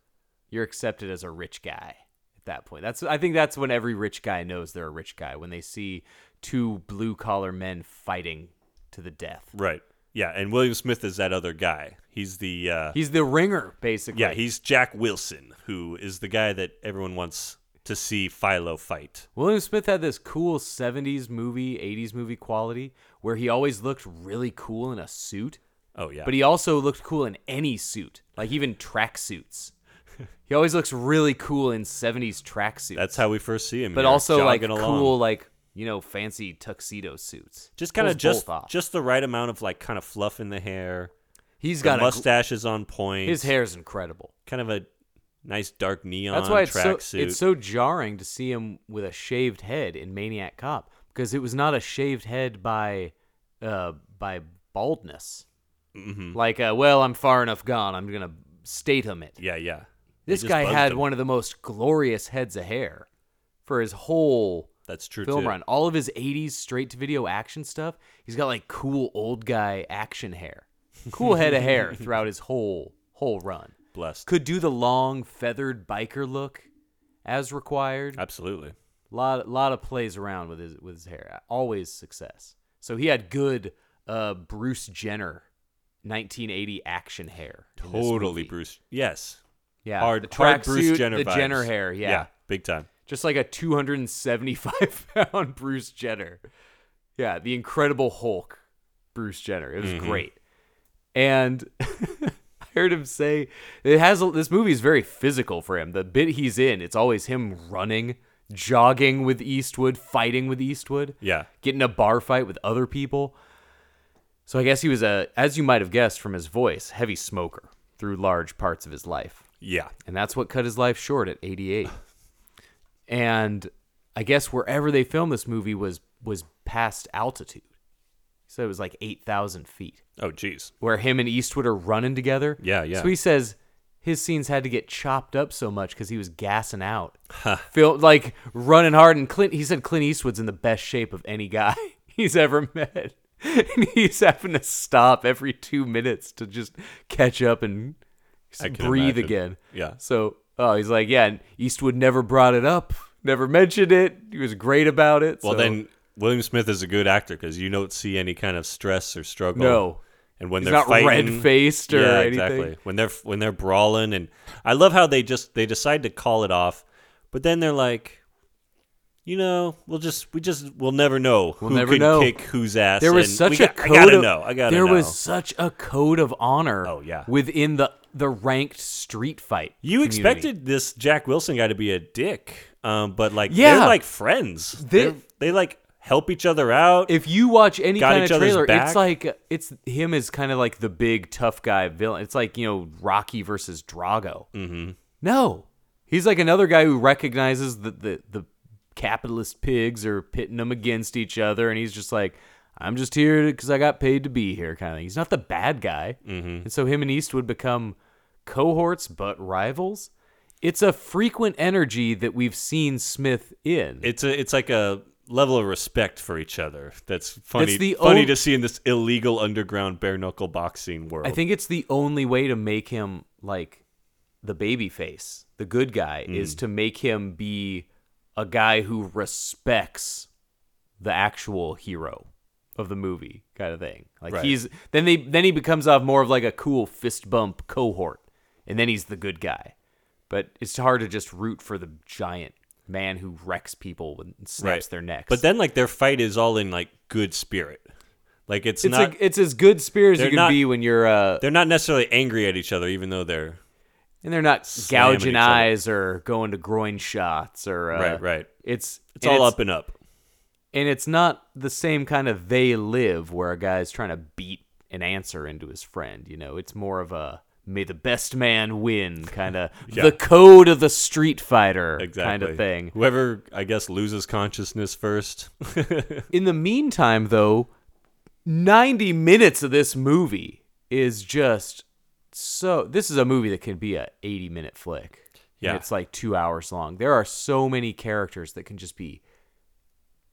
[SPEAKER 1] You're accepted as a rich guy at that point. That's I think that's when every rich guy knows they're a rich guy when they see two blue collar men fighting to the death.
[SPEAKER 2] Right. Yeah. And William Smith is that other guy. He's the. Uh,
[SPEAKER 1] He's the ringer, basically.
[SPEAKER 2] yeah, he's Jack Wilson, who is the guy that everyone wants to see Philo fight.
[SPEAKER 1] William Smith had this cool 70s movie, 80s movie quality where he always looked really cool in a suit,
[SPEAKER 2] Oh, yeah.
[SPEAKER 1] but he also looked cool in any suit, like even tracksuits. he always looks really cool in 70s tracksuits.
[SPEAKER 2] That's how we first see him.
[SPEAKER 1] but
[SPEAKER 2] here,
[SPEAKER 1] also like
[SPEAKER 2] jogging along.
[SPEAKER 1] cool like you know fancy tuxedo suits
[SPEAKER 2] just kind of
[SPEAKER 1] Pulls
[SPEAKER 2] just
[SPEAKER 1] both off.
[SPEAKER 2] just the right amount of like kind of fluff in the hair.
[SPEAKER 1] he's
[SPEAKER 2] the
[SPEAKER 1] got a mustache
[SPEAKER 2] mustache is on point.
[SPEAKER 1] his hair's incredible
[SPEAKER 2] kind of a nice dark neon.
[SPEAKER 1] that's why it's so,
[SPEAKER 2] tracksuit.
[SPEAKER 1] it's so jarring to see him with a shaved head in maniac cop because it was not a shaved head by uh by baldness
[SPEAKER 2] Mm-hmm.
[SPEAKER 1] like uh, well i'm far enough gone i'm gonna statum it
[SPEAKER 2] yeah, yeah. They
[SPEAKER 1] this
[SPEAKER 2] just
[SPEAKER 1] guy
[SPEAKER 2] bugged
[SPEAKER 1] had
[SPEAKER 2] him.
[SPEAKER 1] one of the most glorious heads of hair for his whole
[SPEAKER 2] That's true
[SPEAKER 1] film
[SPEAKER 2] too.
[SPEAKER 1] run. All of his 80s straight to video action stuff, he's got like cool old guy action hair. Cool head of hair throughout his whole whole run.
[SPEAKER 2] Blessed.
[SPEAKER 1] Could do the long feathered biker look as required.
[SPEAKER 2] Absolutely.
[SPEAKER 1] lot lot of plays around with his with his hair. Always success. So he had good uh Bruce Jenner 1980 action hair. in this
[SPEAKER 2] Totally
[SPEAKER 1] movie.
[SPEAKER 2] Bruce. Yes.
[SPEAKER 1] Yeah.
[SPEAKER 2] hard,
[SPEAKER 1] the
[SPEAKER 2] hard Bruce
[SPEAKER 1] tracksuit,
[SPEAKER 2] Jenner
[SPEAKER 1] The
[SPEAKER 2] vibes.
[SPEAKER 1] Jenner hair, yeah.
[SPEAKER 2] Big time.
[SPEAKER 1] Just like a 275 pound Bruce Jenner. Yeah, the incredible Hulk Bruce Jenner. It was great. And I heard him say it has a, this movie is very physical for him. The bit he's in, it's always him running, jogging with Eastwood, fighting with Eastwood
[SPEAKER 2] Yeah.
[SPEAKER 1] get in a bar fight with other people. So I guess he was a, as you might have guessed from his voice, heavy smoker through large parts of his life.
[SPEAKER 2] Yeah.
[SPEAKER 1] And that's what cut his life short at 88. and I guess wherever they filmed this movie was was past altitude. said it was like 8,000 feet
[SPEAKER 2] Oh, jeez.
[SPEAKER 1] where him and Eastwood are running together.
[SPEAKER 2] Yeah, yeah.
[SPEAKER 1] So he says his scenes had to get chopped up so much because he was gassing out, feel like running hard. And Clint, he said Clint Eastwood's in the best shape of any guy he's ever met, and he's having to stop every two minutes to just catch up and
[SPEAKER 2] I can
[SPEAKER 1] breathe
[SPEAKER 2] imagine.
[SPEAKER 1] again.
[SPEAKER 2] Yeah.
[SPEAKER 1] So, oh, he's like, yeah. And Eastwood never brought it up, never mentioned it. He was great about it.
[SPEAKER 2] Well,
[SPEAKER 1] so-
[SPEAKER 2] then William Smith is a good actor because you don't see any kind of stress or struggle.
[SPEAKER 1] No.
[SPEAKER 2] and when
[SPEAKER 1] He's
[SPEAKER 2] they're
[SPEAKER 1] not
[SPEAKER 2] fighting-
[SPEAKER 1] red-faced or
[SPEAKER 2] yeah,
[SPEAKER 1] anything.
[SPEAKER 2] exactly. When they're when they're brawling, and I love how they just they decide to call it off, but then they're like, you know, we'll just we just we'll never know
[SPEAKER 1] We'll
[SPEAKER 2] who
[SPEAKER 1] never
[SPEAKER 2] can
[SPEAKER 1] know.
[SPEAKER 2] kick whose ass.
[SPEAKER 1] There was
[SPEAKER 2] and
[SPEAKER 1] such
[SPEAKER 2] we
[SPEAKER 1] a
[SPEAKER 2] got-
[SPEAKER 1] code
[SPEAKER 2] I gotta
[SPEAKER 1] of,
[SPEAKER 2] know. I gotta
[SPEAKER 1] there
[SPEAKER 2] know.
[SPEAKER 1] was such a code of honor.
[SPEAKER 2] Oh, yeah.
[SPEAKER 1] within the the ranked street fight.
[SPEAKER 2] you
[SPEAKER 1] community.
[SPEAKER 2] expected this Jack Wilson guy to be a dick, um, but like
[SPEAKER 1] Yeah.
[SPEAKER 2] they're like friends.
[SPEAKER 1] They-
[SPEAKER 2] They're- they like help each other out.
[SPEAKER 1] if you watch any
[SPEAKER 2] Got
[SPEAKER 1] kind of
[SPEAKER 2] each other's
[SPEAKER 1] trailer, it's
[SPEAKER 2] back.
[SPEAKER 1] like it's him is kind of like the big tough guy villain. It's like you know Rocky versus Drago. Mm-hmm. No, he's like another guy who recognizes that the the capitalist pigs are pitting them against each other, and he's just like. I'm just here because I got paid to be here, kind of thing. He's not the bad guy, mm-hmm. and so him and Eastwood become cohorts but rivals. It's a frequent energy that we've seen Smith in.
[SPEAKER 2] it's a it's like a level of respect for each other that's funny
[SPEAKER 1] That's the
[SPEAKER 2] funny
[SPEAKER 1] on-
[SPEAKER 2] to see in this illegal underground bare knuckle boxing world.
[SPEAKER 1] I think it's the only way to make him like the baby face, the good guy,
[SPEAKER 2] Mm.
[SPEAKER 1] is to make him be a guy who respects the actual hero of the movie kind of thing. Like
[SPEAKER 2] Right.
[SPEAKER 1] he's then they then he becomes off more of like a cool fist bump cohort and then he's the good guy. But it's hard to just root for the giant man who wrecks people and snaps their necks.
[SPEAKER 2] But then like their fight is all in like good spirit. Like it's,
[SPEAKER 1] it's
[SPEAKER 2] not
[SPEAKER 1] like it's as good spirit as you
[SPEAKER 2] they're
[SPEAKER 1] can
[SPEAKER 2] not-
[SPEAKER 1] be when you're uh
[SPEAKER 2] they're not necessarily angry at each other even though they're
[SPEAKER 1] and they're not
[SPEAKER 2] Slamming
[SPEAKER 1] gouging
[SPEAKER 2] each other.
[SPEAKER 1] eyes or going to groin shots or uh,
[SPEAKER 2] Right, right.
[SPEAKER 1] It's
[SPEAKER 2] it's all up and up.
[SPEAKER 1] and it's not the same kind of they live where a guy's trying to beat an answer into his friend. You know, it's more of a may the best man win kind of
[SPEAKER 2] Yeah.
[SPEAKER 1] the code of the street fighter
[SPEAKER 2] Exactly.
[SPEAKER 1] kind of thing.
[SPEAKER 2] Whoever I guess loses consciousness first.
[SPEAKER 1] In the meantime, though, 90 minutes of this movie is just so. This is a movie that can be a 80 minute flick. And
[SPEAKER 2] Yeah.
[SPEAKER 1] it's like two hours long. There are so many characters that can just be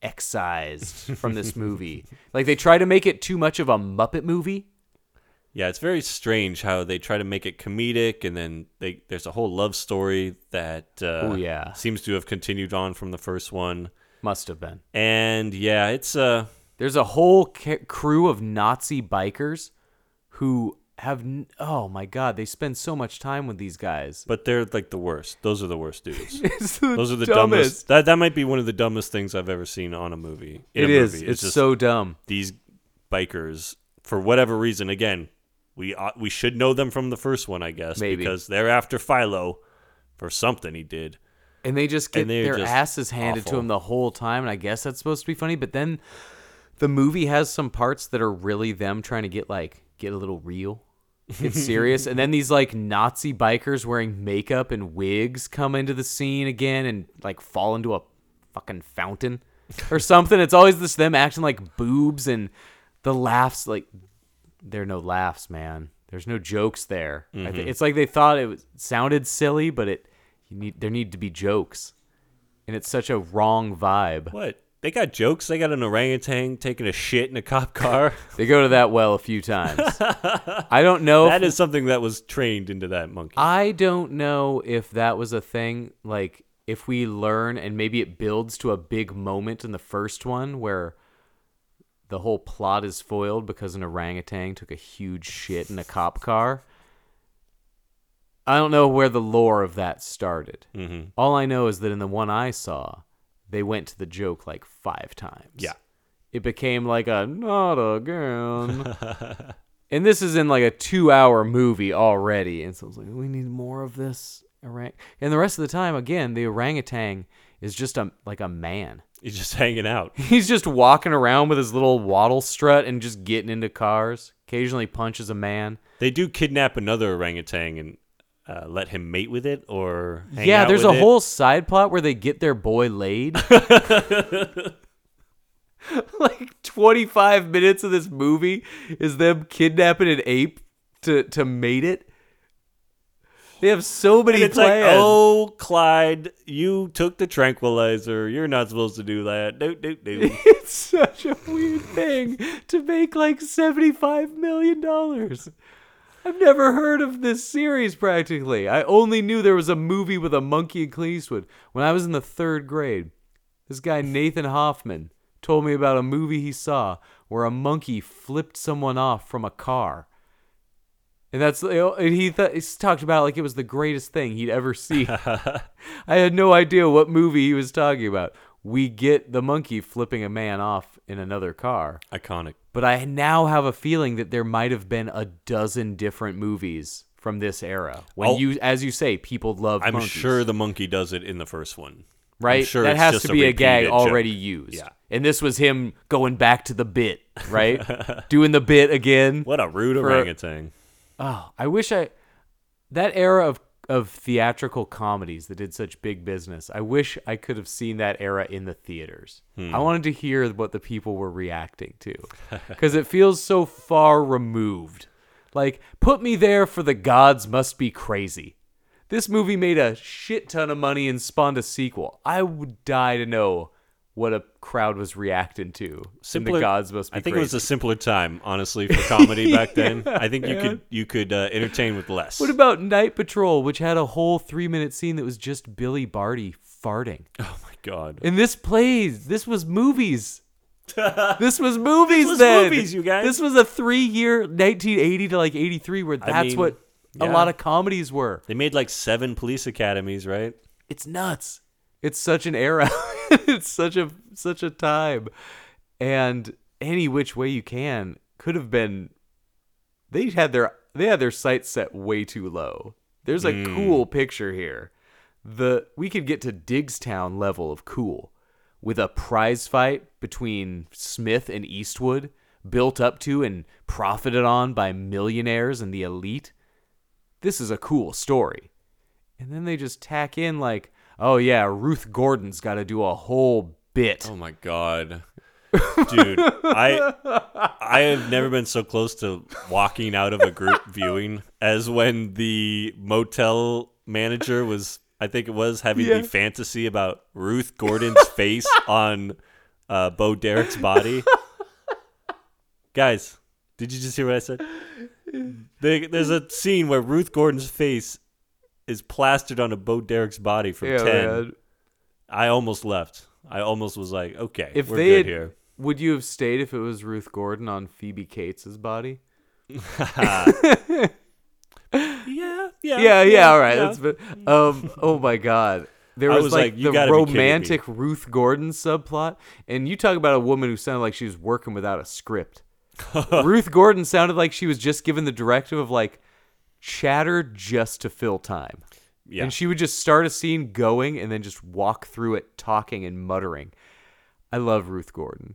[SPEAKER 1] excised from this movie. Like, they try to make it too much of a Muppet movie.
[SPEAKER 2] yeah, it's very strange how they try to make it comedic and then they there's a whole love story that uh,
[SPEAKER 1] Ooh, yeah.
[SPEAKER 2] seems to have continued on from the first one.
[SPEAKER 1] Must have been.
[SPEAKER 2] And yeah, it's uh
[SPEAKER 1] There's a whole ca- crew of Nazi bikers who have. N- oh my God, they spend so much time with these guys.
[SPEAKER 2] But they're like the worst. Those are the worst dudes.
[SPEAKER 1] It's the
[SPEAKER 2] Those are the dumbest.
[SPEAKER 1] dumbest.
[SPEAKER 2] That that might be one of the dumbest things I've ever seen on a movie. in
[SPEAKER 1] It
[SPEAKER 2] a
[SPEAKER 1] is.
[SPEAKER 2] movie.
[SPEAKER 1] It's, so dumb.
[SPEAKER 2] these bikers for whatever reason. Again, we ought, we should know them from the first one, I guess,
[SPEAKER 1] Maybe.
[SPEAKER 2] because they're after Philo for something he did.
[SPEAKER 1] And they just get
[SPEAKER 2] And they're
[SPEAKER 1] their
[SPEAKER 2] just
[SPEAKER 1] asses handed to
[SPEAKER 2] awful.
[SPEAKER 1] them the whole time. And I guess that's supposed to be funny. But then the movie has some parts that are really them trying to get like get a little real, get serious. and then these like Nazi bikers wearing makeup and wigs come into the scene again and like fall into a fucking fountain or something. it's always this them acting like boobs and the laughs like there are no laughs, man. There's no jokes there. I thi- it's like they thought it was, sounded silly, but it you need there need to be jokes, and it's such a wrong vibe.
[SPEAKER 2] What? They got jokes. They got an orangutan taking a shit in a cop car.
[SPEAKER 1] They go to that well a few times. I don't know.
[SPEAKER 2] that
[SPEAKER 1] if,
[SPEAKER 2] is something that was trained into that monkey.
[SPEAKER 1] I don't know if that was a thing. Like if we learn, and maybe it builds to a big moment in the first one where the whole plot is foiled because an orangutan took a huge shit in a cop car. I don't know where the lore of that started. Mm-hmm. All I know is that in the one I saw, they went to the joke like five times.
[SPEAKER 2] Yeah.
[SPEAKER 1] It became like a not again. and this is in like a two hour movie already. And so I was like, we need more of this. Orang-. And the rest of the time, again, the orangutan is just a, like a man
[SPEAKER 2] He's just hanging out.
[SPEAKER 1] he's just walking around with his little waddle strut and just getting into cars. Occasionally punches a man.
[SPEAKER 2] They do kidnap another orangutan and uh, let him mate with it, or hang
[SPEAKER 1] yeah,
[SPEAKER 2] out
[SPEAKER 1] there's a
[SPEAKER 2] with it.
[SPEAKER 1] whole side plot where they get their boy laid. like 25 minutes of this movie is them kidnapping an ape to to mate it. They have so many
[SPEAKER 2] And it's like,
[SPEAKER 1] plans.
[SPEAKER 2] oh, Clyde, you took the tranquilizer. You're not supposed to do that. No, no, no.
[SPEAKER 1] It's such a weird thing to make like 75 million dollars. I've never heard of this series practically. I only knew there was a movie with a monkey and Clint Eastwood when I was in the 3rd grade. This guy Nathan Hoffman told me about a movie he saw where a monkey flipped someone off from a car. And that's and he, th- he talked about it like it was the greatest thing he'd ever seen. I had no idea what movie he was talking about. We get the monkey flipping a man off in another car,
[SPEAKER 2] Iconic.
[SPEAKER 1] but I now have a feeling that there might have been a dozen different movies from this era. When
[SPEAKER 2] Oh.
[SPEAKER 1] you, as you say, people love.
[SPEAKER 2] I'm
[SPEAKER 1] monkeys,
[SPEAKER 2] sure the monkey does it in the first one. I'm
[SPEAKER 1] right?
[SPEAKER 2] sure
[SPEAKER 1] that
[SPEAKER 2] it's
[SPEAKER 1] has
[SPEAKER 2] just
[SPEAKER 1] to be a, gag
[SPEAKER 2] repeated
[SPEAKER 1] already
[SPEAKER 2] joke.
[SPEAKER 1] used.
[SPEAKER 2] Yeah.
[SPEAKER 1] and this was him going back to the bit, right? Doing the bit again.
[SPEAKER 2] What a rude
[SPEAKER 1] For-
[SPEAKER 2] orangutan.
[SPEAKER 1] Oh, I wish I that era of of theatrical comedies that did such big business. I wish I could have seen that era in the theaters.
[SPEAKER 2] Hmm.
[SPEAKER 1] I wanted to hear what the people were reacting to cuz it feels so far removed. Like put me there for the gods must be crazy. This movie made a shit ton of money and spawned a sequel. I would die to know what a crowd was reacting to. Simply, the gods must be
[SPEAKER 2] I think it was
[SPEAKER 1] crazy.
[SPEAKER 2] a simpler time, honestly, for comedy back then. I think you could you could uh, entertain with less.
[SPEAKER 1] What about Night Patrol, which had a whole three minute scene that was just Billy Barty farting?
[SPEAKER 2] oh my god.
[SPEAKER 1] And this plays. This was movies. this was movies
[SPEAKER 2] was
[SPEAKER 1] then.
[SPEAKER 2] movies, you guys.
[SPEAKER 1] This was a three year, 1980 to like 83, where that's
[SPEAKER 2] mean,
[SPEAKER 1] what a
[SPEAKER 2] yeah.
[SPEAKER 1] lot of comedies were.
[SPEAKER 2] They made like seven police academies, right?
[SPEAKER 1] It's nuts. It's such an era. it's such a such a time. And any which way you can could have been they had their they had their sights set way too low. There's a
[SPEAKER 2] Hmm.
[SPEAKER 1] cool picture here. The we could get to Digstown level of cool with a prize fight between Smith and Eastwood built up to and profited on by millionaires and the elite. This is a cool story. And then they just tack in like, oh yeah, Ruth Gordon's got to do a whole bit.
[SPEAKER 2] Oh my god. Dude, I I have never been so close to walking out of a group viewing as when the motel manager was I think it was having
[SPEAKER 1] Yeah.
[SPEAKER 2] the fantasy about Ruth Gordon's face on uh, Bo Derek's body. Guys, did you just hear what I said? There- there's a scene where Ruth Gordon's face is plastered onto Bo Derek's body from
[SPEAKER 1] Yeah,
[SPEAKER 2] 10.
[SPEAKER 1] man.
[SPEAKER 2] I almost left. I almost was like, okay,
[SPEAKER 1] If
[SPEAKER 2] we're
[SPEAKER 1] they
[SPEAKER 2] good
[SPEAKER 1] had-
[SPEAKER 2] here.
[SPEAKER 1] would you have stayed if it was Ruth Gordon on Phoebe Cates's body?
[SPEAKER 2] Yeah, yeah,
[SPEAKER 1] yeah, yeah, all right. That's been, um, oh my god. There
[SPEAKER 2] I
[SPEAKER 1] was,
[SPEAKER 2] was
[SPEAKER 1] like,
[SPEAKER 2] like, you
[SPEAKER 1] the
[SPEAKER 2] gotta be kidding me.
[SPEAKER 1] romantic Ruth Gordon subplot, and you talk about a woman who sounded like she was working without a script. Ruth Gordon sounded like she was just given the directive of like chatter just to fill time.
[SPEAKER 2] Yeah.
[SPEAKER 1] And she would just start a scene going and then just walk through it talking and muttering. I love Ruth Gordon.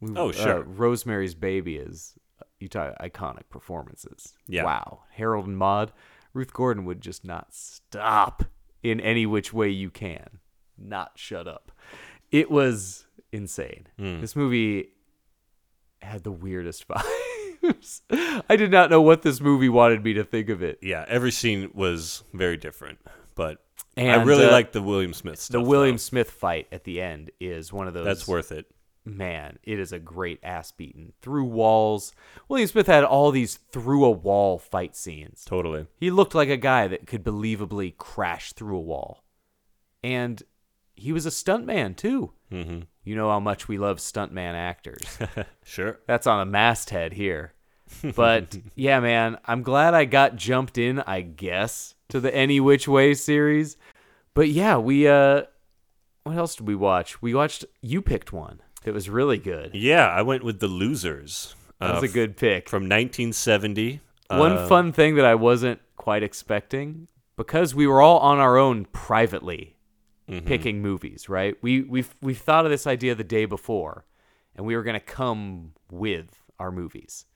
[SPEAKER 1] We-
[SPEAKER 2] Oh,
[SPEAKER 1] uh,
[SPEAKER 2] sure.
[SPEAKER 1] Rosemary's Baby is uh, you talk iconic performances.
[SPEAKER 2] Yeah.
[SPEAKER 1] Wow. Harold and Maude, Ruth Gordon would just not stop in any which way you can. Not shut up. It was insane.
[SPEAKER 2] Hmm.
[SPEAKER 1] This movie had the weirdest vibes. I did not know what this movie wanted me to think of it.
[SPEAKER 2] yeah. Every scene was very different, but I
[SPEAKER 1] And,
[SPEAKER 2] really
[SPEAKER 1] uh,
[SPEAKER 2] like the William Smith stuff.
[SPEAKER 1] The William
[SPEAKER 2] though.
[SPEAKER 1] Smith fight at the end is one of those
[SPEAKER 2] That's worth it.
[SPEAKER 1] man, it is a great ass beating through walls. William Smith had all these through a wall fight scenes.
[SPEAKER 2] Totally.
[SPEAKER 1] He looked like a guy that could believably crash through a wall. And he was a stuntman too. Mm-hmm. You know how much we love stuntman actors.
[SPEAKER 2] Sure.
[SPEAKER 1] That's on a masthead here. But yeah, man, I'm glad I got jumped in, I guess, to the Any Which Way series. But yeah, we uh what else did we watch? We watched you picked one that was really good.
[SPEAKER 2] Yeah, I went with the losers.
[SPEAKER 1] That was
[SPEAKER 2] uh,
[SPEAKER 1] a good pick.
[SPEAKER 2] from 1970.
[SPEAKER 1] One
[SPEAKER 2] Uh,
[SPEAKER 1] fun thing that I wasn't quite expecting because we were all on our own privately
[SPEAKER 2] Mm-hmm.
[SPEAKER 1] picking movies, right? We we we thought of this idea the day before and we were going to come with our movies.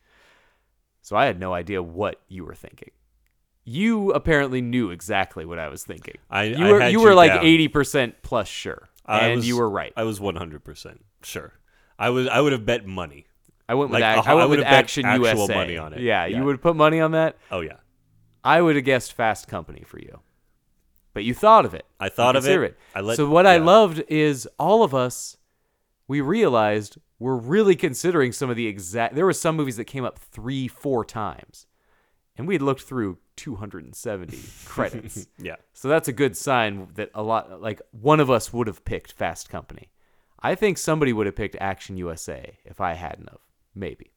[SPEAKER 1] So I had no idea what you were thinking. You apparently knew exactly what I was thinking.
[SPEAKER 2] I-
[SPEAKER 1] you
[SPEAKER 2] I
[SPEAKER 1] were
[SPEAKER 2] had
[SPEAKER 1] you
[SPEAKER 2] you
[SPEAKER 1] were like
[SPEAKER 2] down.
[SPEAKER 1] 80% plus sure.
[SPEAKER 2] I
[SPEAKER 1] and
[SPEAKER 2] was-
[SPEAKER 1] you were right.
[SPEAKER 2] I was 100 percent sure. I was I would have bet money.
[SPEAKER 1] I went with
[SPEAKER 2] Like,
[SPEAKER 1] ac-
[SPEAKER 2] uh-huh,
[SPEAKER 1] I
[SPEAKER 2] I
[SPEAKER 1] went with
[SPEAKER 2] would've bet
[SPEAKER 1] Action
[SPEAKER 2] actual
[SPEAKER 1] USA.
[SPEAKER 2] money on it.
[SPEAKER 1] Yeah,
[SPEAKER 2] Yeah.
[SPEAKER 1] you would put money on that.
[SPEAKER 2] Oh yeah,
[SPEAKER 1] I would have guessed Fast Company for you, but you thought of it.
[SPEAKER 2] I
[SPEAKER 1] You
[SPEAKER 2] thought of
[SPEAKER 1] consider
[SPEAKER 2] it. I let-
[SPEAKER 1] so what I
[SPEAKER 2] yeah.
[SPEAKER 1] loved is all of us. We realized we're really considering some of the exact. There were some movies that came up three, four times, and we had looked through 270 credits.
[SPEAKER 2] yeah.
[SPEAKER 1] So that's a good sign that a lot, like one of us would have picked Fast Company. I think somebody would have picked Action USA if I hadn't of, maybe.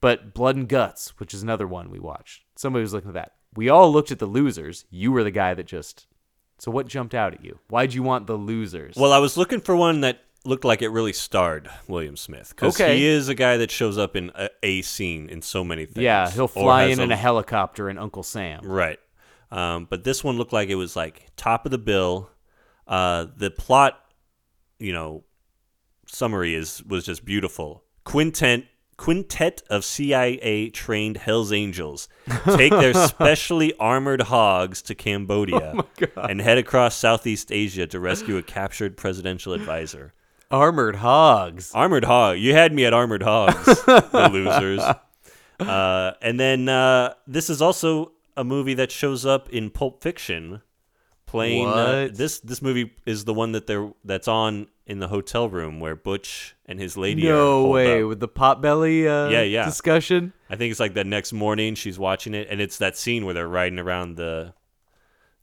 [SPEAKER 1] But Blood and Guts, which is another one we watched, somebody was looking at that. We all looked at the losers. You were the guy that just. So what jumped out at you? Why'd you want the losers?
[SPEAKER 2] Well, I was looking for one that looked like it really starred William Smith because
[SPEAKER 1] Okay.
[SPEAKER 2] he is a guy that shows up in a, a scene in so many things.
[SPEAKER 1] yeah, he'll
[SPEAKER 2] or
[SPEAKER 1] fly
[SPEAKER 2] has
[SPEAKER 1] in in a
[SPEAKER 2] a
[SPEAKER 1] helicopter and Uncle Sam.
[SPEAKER 2] Right. Um, but this one looked like it was like top of the bill. Uh, the plot, you know, summary is was just beautiful. Quintet quintet of CIA trained Hell's Angels take their specially armored hogs to Cambodia and head across Southeast Asia to rescue a captured presidential advisor.
[SPEAKER 1] Armored hogs.
[SPEAKER 2] Armored Hog. You had me at Armored Hogs, the losers. Uh, and then uh, this is also a movie that shows up in Pulp Fiction, playing uh,
[SPEAKER 1] What?
[SPEAKER 2] this. This movie is the one that they're that's on in the hotel room where Butch and his lady. are
[SPEAKER 1] No
[SPEAKER 2] holed
[SPEAKER 1] way
[SPEAKER 2] up.
[SPEAKER 1] with the potbelly uh,
[SPEAKER 2] Yeah, yeah.
[SPEAKER 1] discussion.
[SPEAKER 2] I think it's like the next morning she's watching it, and it's that scene where they're riding around the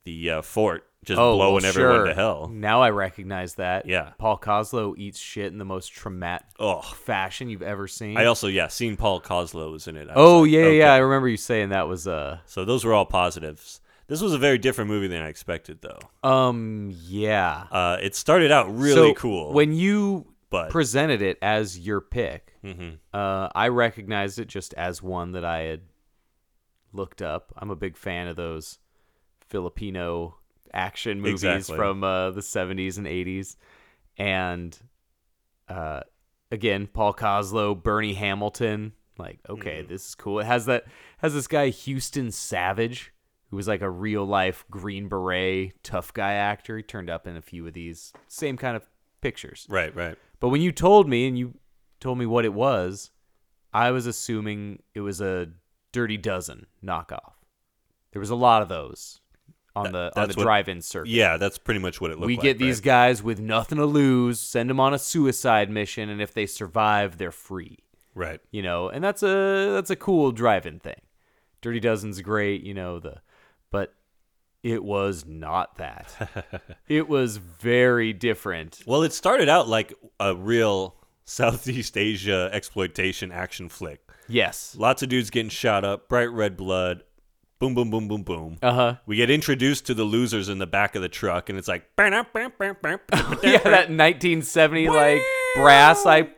[SPEAKER 2] the uh, fort, just blowing
[SPEAKER 1] Oh, well,
[SPEAKER 2] everyone
[SPEAKER 1] sure.
[SPEAKER 2] to hell.
[SPEAKER 1] Now I recognize that.
[SPEAKER 2] Yeah.
[SPEAKER 1] Paul Coslow eats shit in the most traumatic
[SPEAKER 2] Oh,
[SPEAKER 1] fashion you've ever seen.
[SPEAKER 2] I also yeah, seen Paul Coslow was in it. I was
[SPEAKER 1] oh
[SPEAKER 2] like,
[SPEAKER 1] yeah,
[SPEAKER 2] okay.
[SPEAKER 1] yeah. I remember you saying that was uh
[SPEAKER 2] So those were all positives. This was a very different movie than I expected, though.
[SPEAKER 1] um yeah.
[SPEAKER 2] Uh, it started out really
[SPEAKER 1] So,
[SPEAKER 2] cool.
[SPEAKER 1] When you
[SPEAKER 2] But- Mm-hmm.
[SPEAKER 1] presented it as your pick, uh, I recognized it just as one that I had looked up. I'm a big fan of those Filipino action movies
[SPEAKER 2] Exactly.
[SPEAKER 1] from uh, the 70s and 80s, and uh, again, Paul Coslow, Bernie Hamilton. Like, okay,
[SPEAKER 2] Mm-hmm.
[SPEAKER 1] this is cool. It has that has this guy Houston Savage, who was like a real life Green Beret tough guy actor. He turned up in a few of these same kind of pictures.
[SPEAKER 2] right, right.
[SPEAKER 1] But when you told me and you told me what it was, I was assuming it was a Dirty Dozen knockoff. There was a lot of those on the on the
[SPEAKER 2] that's what-
[SPEAKER 1] drive-in circuit.
[SPEAKER 2] Yeah, that's pretty much what it looked
[SPEAKER 1] we
[SPEAKER 2] like.
[SPEAKER 1] get these
[SPEAKER 2] right?
[SPEAKER 1] guys with nothing to lose, send them on a suicide mission, and if they survive, they're free
[SPEAKER 2] Right.
[SPEAKER 1] you know, and that's a that's a cool drive-in thing. Dirty Dozen's great, you know the, but it was not that. it was very different.
[SPEAKER 2] Well, it started out like a real Southeast Asia exploitation action flick.
[SPEAKER 1] Yes.
[SPEAKER 2] Lots of dudes getting shot up, bright red blood, boom, boom, boom, boom, boom.
[SPEAKER 1] Uh huh.
[SPEAKER 2] we get introduced to the losers in the back of the truck, and it's like,
[SPEAKER 1] Yeah, that 1970 like brass like.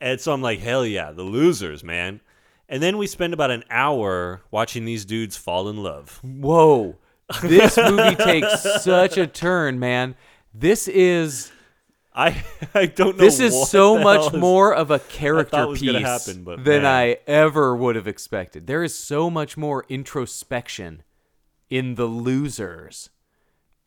[SPEAKER 2] And so I'm like, hell yeah, the losers, man. And then we spend about an hour watching these dudes fall in love.
[SPEAKER 1] Whoa! This movie takes such a turn, man. This is
[SPEAKER 2] I I don't know.
[SPEAKER 1] this is
[SPEAKER 2] what
[SPEAKER 1] so
[SPEAKER 2] the
[SPEAKER 1] much
[SPEAKER 2] hell is-
[SPEAKER 1] more of a character
[SPEAKER 2] thought it was
[SPEAKER 1] piece
[SPEAKER 2] gonna happen, but
[SPEAKER 1] than
[SPEAKER 2] man.
[SPEAKER 1] I ever would have expected. There is so much more introspection in the losers,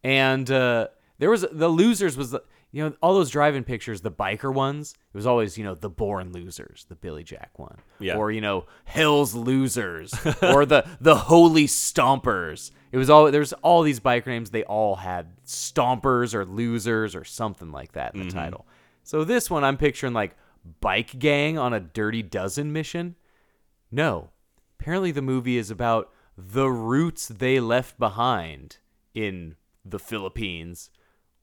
[SPEAKER 1] and uh, there was the losers was the, you know all those driving pictures, the biker ones. It was always you know the born losers, the Billy Jack one,
[SPEAKER 2] Yeah.
[SPEAKER 1] or you know Hell's losers, or the the Holy Stompers. It was all there's all these biker names. They all had Stompers or losers or something like that in the title. So this one I'm picturing like bike gang on a dirty dozen mission. No. Apparently the movie is about the roots they left behind in the Philippines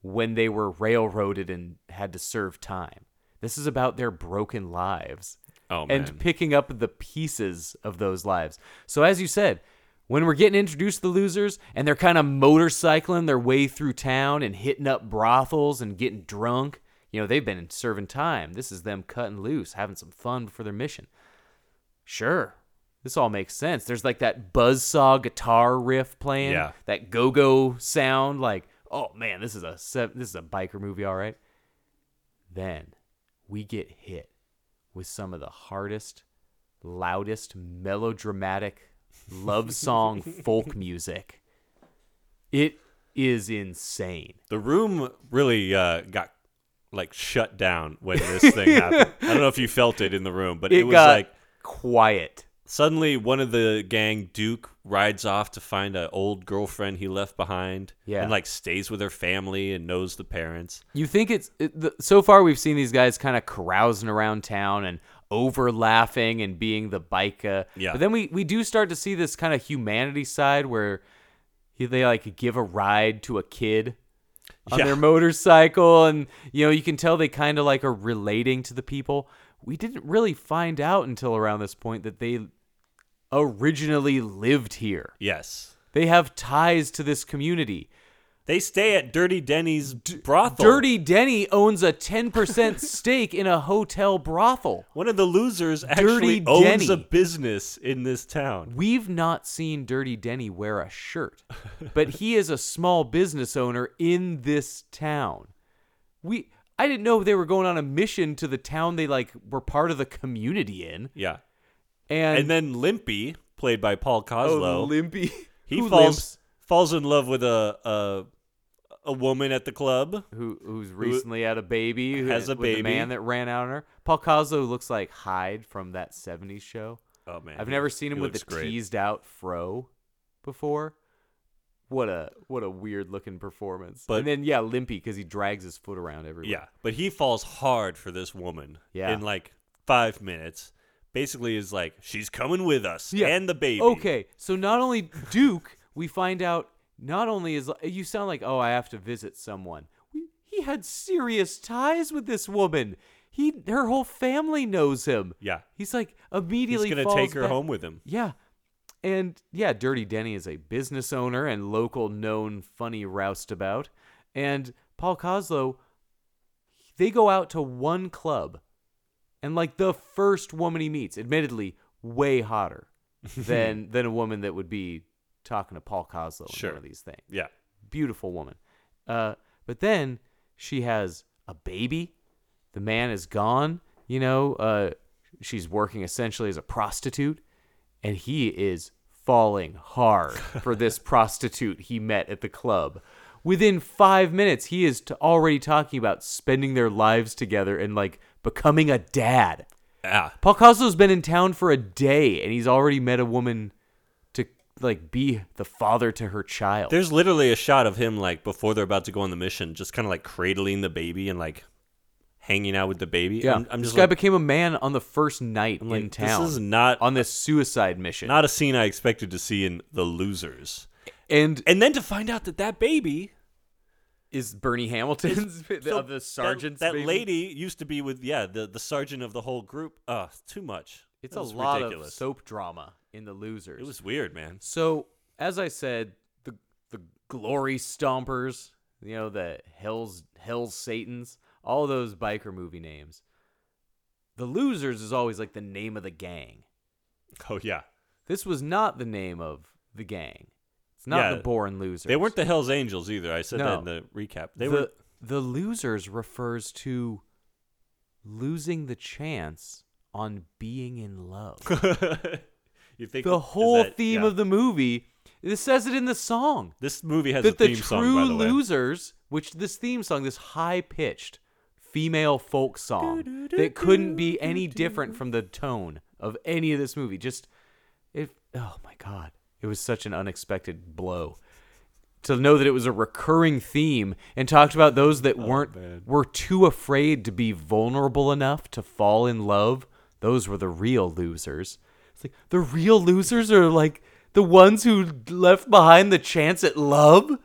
[SPEAKER 1] when they were railroaded and had to serve time. This is about their broken lives
[SPEAKER 2] Oh man.
[SPEAKER 1] and picking up the pieces of those lives. So as you said, when we're getting introduced to the losers and they're kind of motorcycling their way through town and hitting up brothels and getting drunk, you know, they've been serving time. This is them cutting loose, having some fun before their mission. Sure. This all makes sense. There's like that buzzsaw guitar riff playing,
[SPEAKER 2] Yeah.
[SPEAKER 1] that go-go sound like, "Oh man, this is a se- this is a biker movie, all right." Then we get hit with some of the hardest, loudest, melodramatic love song folk music. It is insane.
[SPEAKER 2] the room really uh, got like shut down when this thing happened. I don't know if you felt it in the room, but it,
[SPEAKER 1] It,
[SPEAKER 2] was
[SPEAKER 1] got
[SPEAKER 2] like
[SPEAKER 1] quiet.
[SPEAKER 2] suddenly one of the gang, Duke, rides off to find an old girlfriend he left behind.
[SPEAKER 1] Yeah.
[SPEAKER 2] And like stays with her family and knows the parents.
[SPEAKER 1] You think it's it, the, so far we've seen these guys kind of carousing around town and over laughing and being the biker.
[SPEAKER 2] Yeah.
[SPEAKER 1] But then we we do start to see this kind of humanity side where he, they like give a ride to a kid on
[SPEAKER 2] Yeah.
[SPEAKER 1] their motorcycle and you know you can tell they kind of like are relating to the people. We didn't really find out until around this point that they originally lived here.
[SPEAKER 2] Yes.
[SPEAKER 1] They have ties to this community.
[SPEAKER 2] They stay at Dirty Denny's brothel.
[SPEAKER 1] Dirty Denny owns a 10% stake in a hotel brothel.
[SPEAKER 2] One of the losers actually
[SPEAKER 1] Dirty
[SPEAKER 2] owns
[SPEAKER 1] Denny.
[SPEAKER 2] a business in this town.
[SPEAKER 1] We've not seen Dirty Denny wear a shirt, but he is a small business owner in this town. We I didn't know they were going on a mission to the town they like were part of the community in.
[SPEAKER 2] Yeah.
[SPEAKER 1] And,
[SPEAKER 2] And then Limpy, played by Paul
[SPEAKER 1] oh,
[SPEAKER 2] Coslow,
[SPEAKER 1] Limpy.
[SPEAKER 2] he
[SPEAKER 1] who
[SPEAKER 2] falls
[SPEAKER 1] limps,
[SPEAKER 2] falls in love with a a a woman at the club.
[SPEAKER 1] who who's recently had a baby who
[SPEAKER 2] has a
[SPEAKER 1] with
[SPEAKER 2] baby.
[SPEAKER 1] man that ran out on her. Paul Coslow looks like Hyde from that 70s show.
[SPEAKER 2] Oh man.
[SPEAKER 1] I've never seen him
[SPEAKER 2] he
[SPEAKER 1] with a
[SPEAKER 2] looks great.
[SPEAKER 1] teased out fro before. What a what a weird looking performance.
[SPEAKER 2] But-
[SPEAKER 1] and then yeah, limpy because he drags his foot around everywhere.
[SPEAKER 2] Yeah, but he falls hard for this woman
[SPEAKER 1] Yeah.
[SPEAKER 2] in like 5 minutes. Basically is like she's coming with us
[SPEAKER 1] Yeah.
[SPEAKER 2] and the baby.
[SPEAKER 1] Okay, so not only Duke, we find out not only is you sound like oh I have to visit someone. We, he had serious ties with this woman. He her whole family knows him.
[SPEAKER 2] Yeah.
[SPEAKER 1] He's like
[SPEAKER 2] He's
[SPEAKER 1] immediately
[SPEAKER 2] going to
[SPEAKER 1] falls
[SPEAKER 2] take her
[SPEAKER 1] back-
[SPEAKER 2] home with him.
[SPEAKER 1] Yeah. And yeah, Dirty Denny is a business owner and local known funny roustabout. And Paul Coslow, they go out to one club. And like the first woman he meets, admittedly, way hotter than than a woman that would be talking to Paul Coslow in
[SPEAKER 2] Sure.
[SPEAKER 1] one of these things.
[SPEAKER 2] Yeah.
[SPEAKER 1] Beautiful woman. Uh, but then she has a baby. The man is gone. You know, uh, she's working essentially as a prostitute and he is falling hard for this prostitute he met at the club. Within five minutes, he is t- already talking about spending their lives together and like becoming a dad.
[SPEAKER 2] Yeah.
[SPEAKER 1] Paul Coslow's been in town for a day and he's already met a woman to like be the father to her child.
[SPEAKER 2] There's literally a shot of him like before they're about to go on the mission, just kind of like cradling the baby and like hanging out with the baby.
[SPEAKER 1] yeah,
[SPEAKER 2] I'm, I'm
[SPEAKER 1] this
[SPEAKER 2] just
[SPEAKER 1] guy
[SPEAKER 2] like,
[SPEAKER 1] became a man on the first night
[SPEAKER 2] I'm
[SPEAKER 1] in
[SPEAKER 2] like,
[SPEAKER 1] town.
[SPEAKER 2] This is not
[SPEAKER 1] on this suicide mission.
[SPEAKER 2] not a scene I expected to see in The Losers.
[SPEAKER 1] and
[SPEAKER 2] And then to find out that that baby
[SPEAKER 1] is Bernie Hamilton's
[SPEAKER 2] So
[SPEAKER 1] of the
[SPEAKER 2] that-
[SPEAKER 1] sergeant's
[SPEAKER 2] That,
[SPEAKER 1] baby?
[SPEAKER 2] lady used to be with yeah the the sergeant of the whole group. Uh, too much.
[SPEAKER 1] It's
[SPEAKER 2] That
[SPEAKER 1] a
[SPEAKER 2] was
[SPEAKER 1] lot
[SPEAKER 2] ridiculous.
[SPEAKER 1] of soap drama in the losers.
[SPEAKER 2] It was weird, man.
[SPEAKER 1] so as I said, the the glory stompers, you know, the hells hells satans, all those biker movie names. The losers is always like the name of the gang.
[SPEAKER 2] Oh yeah,
[SPEAKER 1] This was not the name of the gang. It's not
[SPEAKER 2] Yeah.
[SPEAKER 1] the born losers.
[SPEAKER 2] they weren't the Hell's Angels either. I said that in
[SPEAKER 1] No.
[SPEAKER 2] the recap. They
[SPEAKER 1] the,
[SPEAKER 2] were
[SPEAKER 1] the losers refers to losing the chance on being in love.
[SPEAKER 2] you think
[SPEAKER 1] the
[SPEAKER 2] is
[SPEAKER 1] whole
[SPEAKER 2] that-
[SPEAKER 1] theme
[SPEAKER 2] yeah.
[SPEAKER 1] of the movie. This says it in the song
[SPEAKER 2] this movie has
[SPEAKER 1] that
[SPEAKER 2] a
[SPEAKER 1] the
[SPEAKER 2] theme
[SPEAKER 1] true
[SPEAKER 2] song by the way.
[SPEAKER 1] losers, which this theme song, this high pitched female folk song that couldn't be any different from the tone of any of this movie. Just it. Oh my god, it was such an unexpected blow. To know that it was a recurring theme and talked about those that weren't were too afraid to be vulnerable enough to fall in love. Those were the real losers. It's like the real losers are like the ones who left behind the chance at love.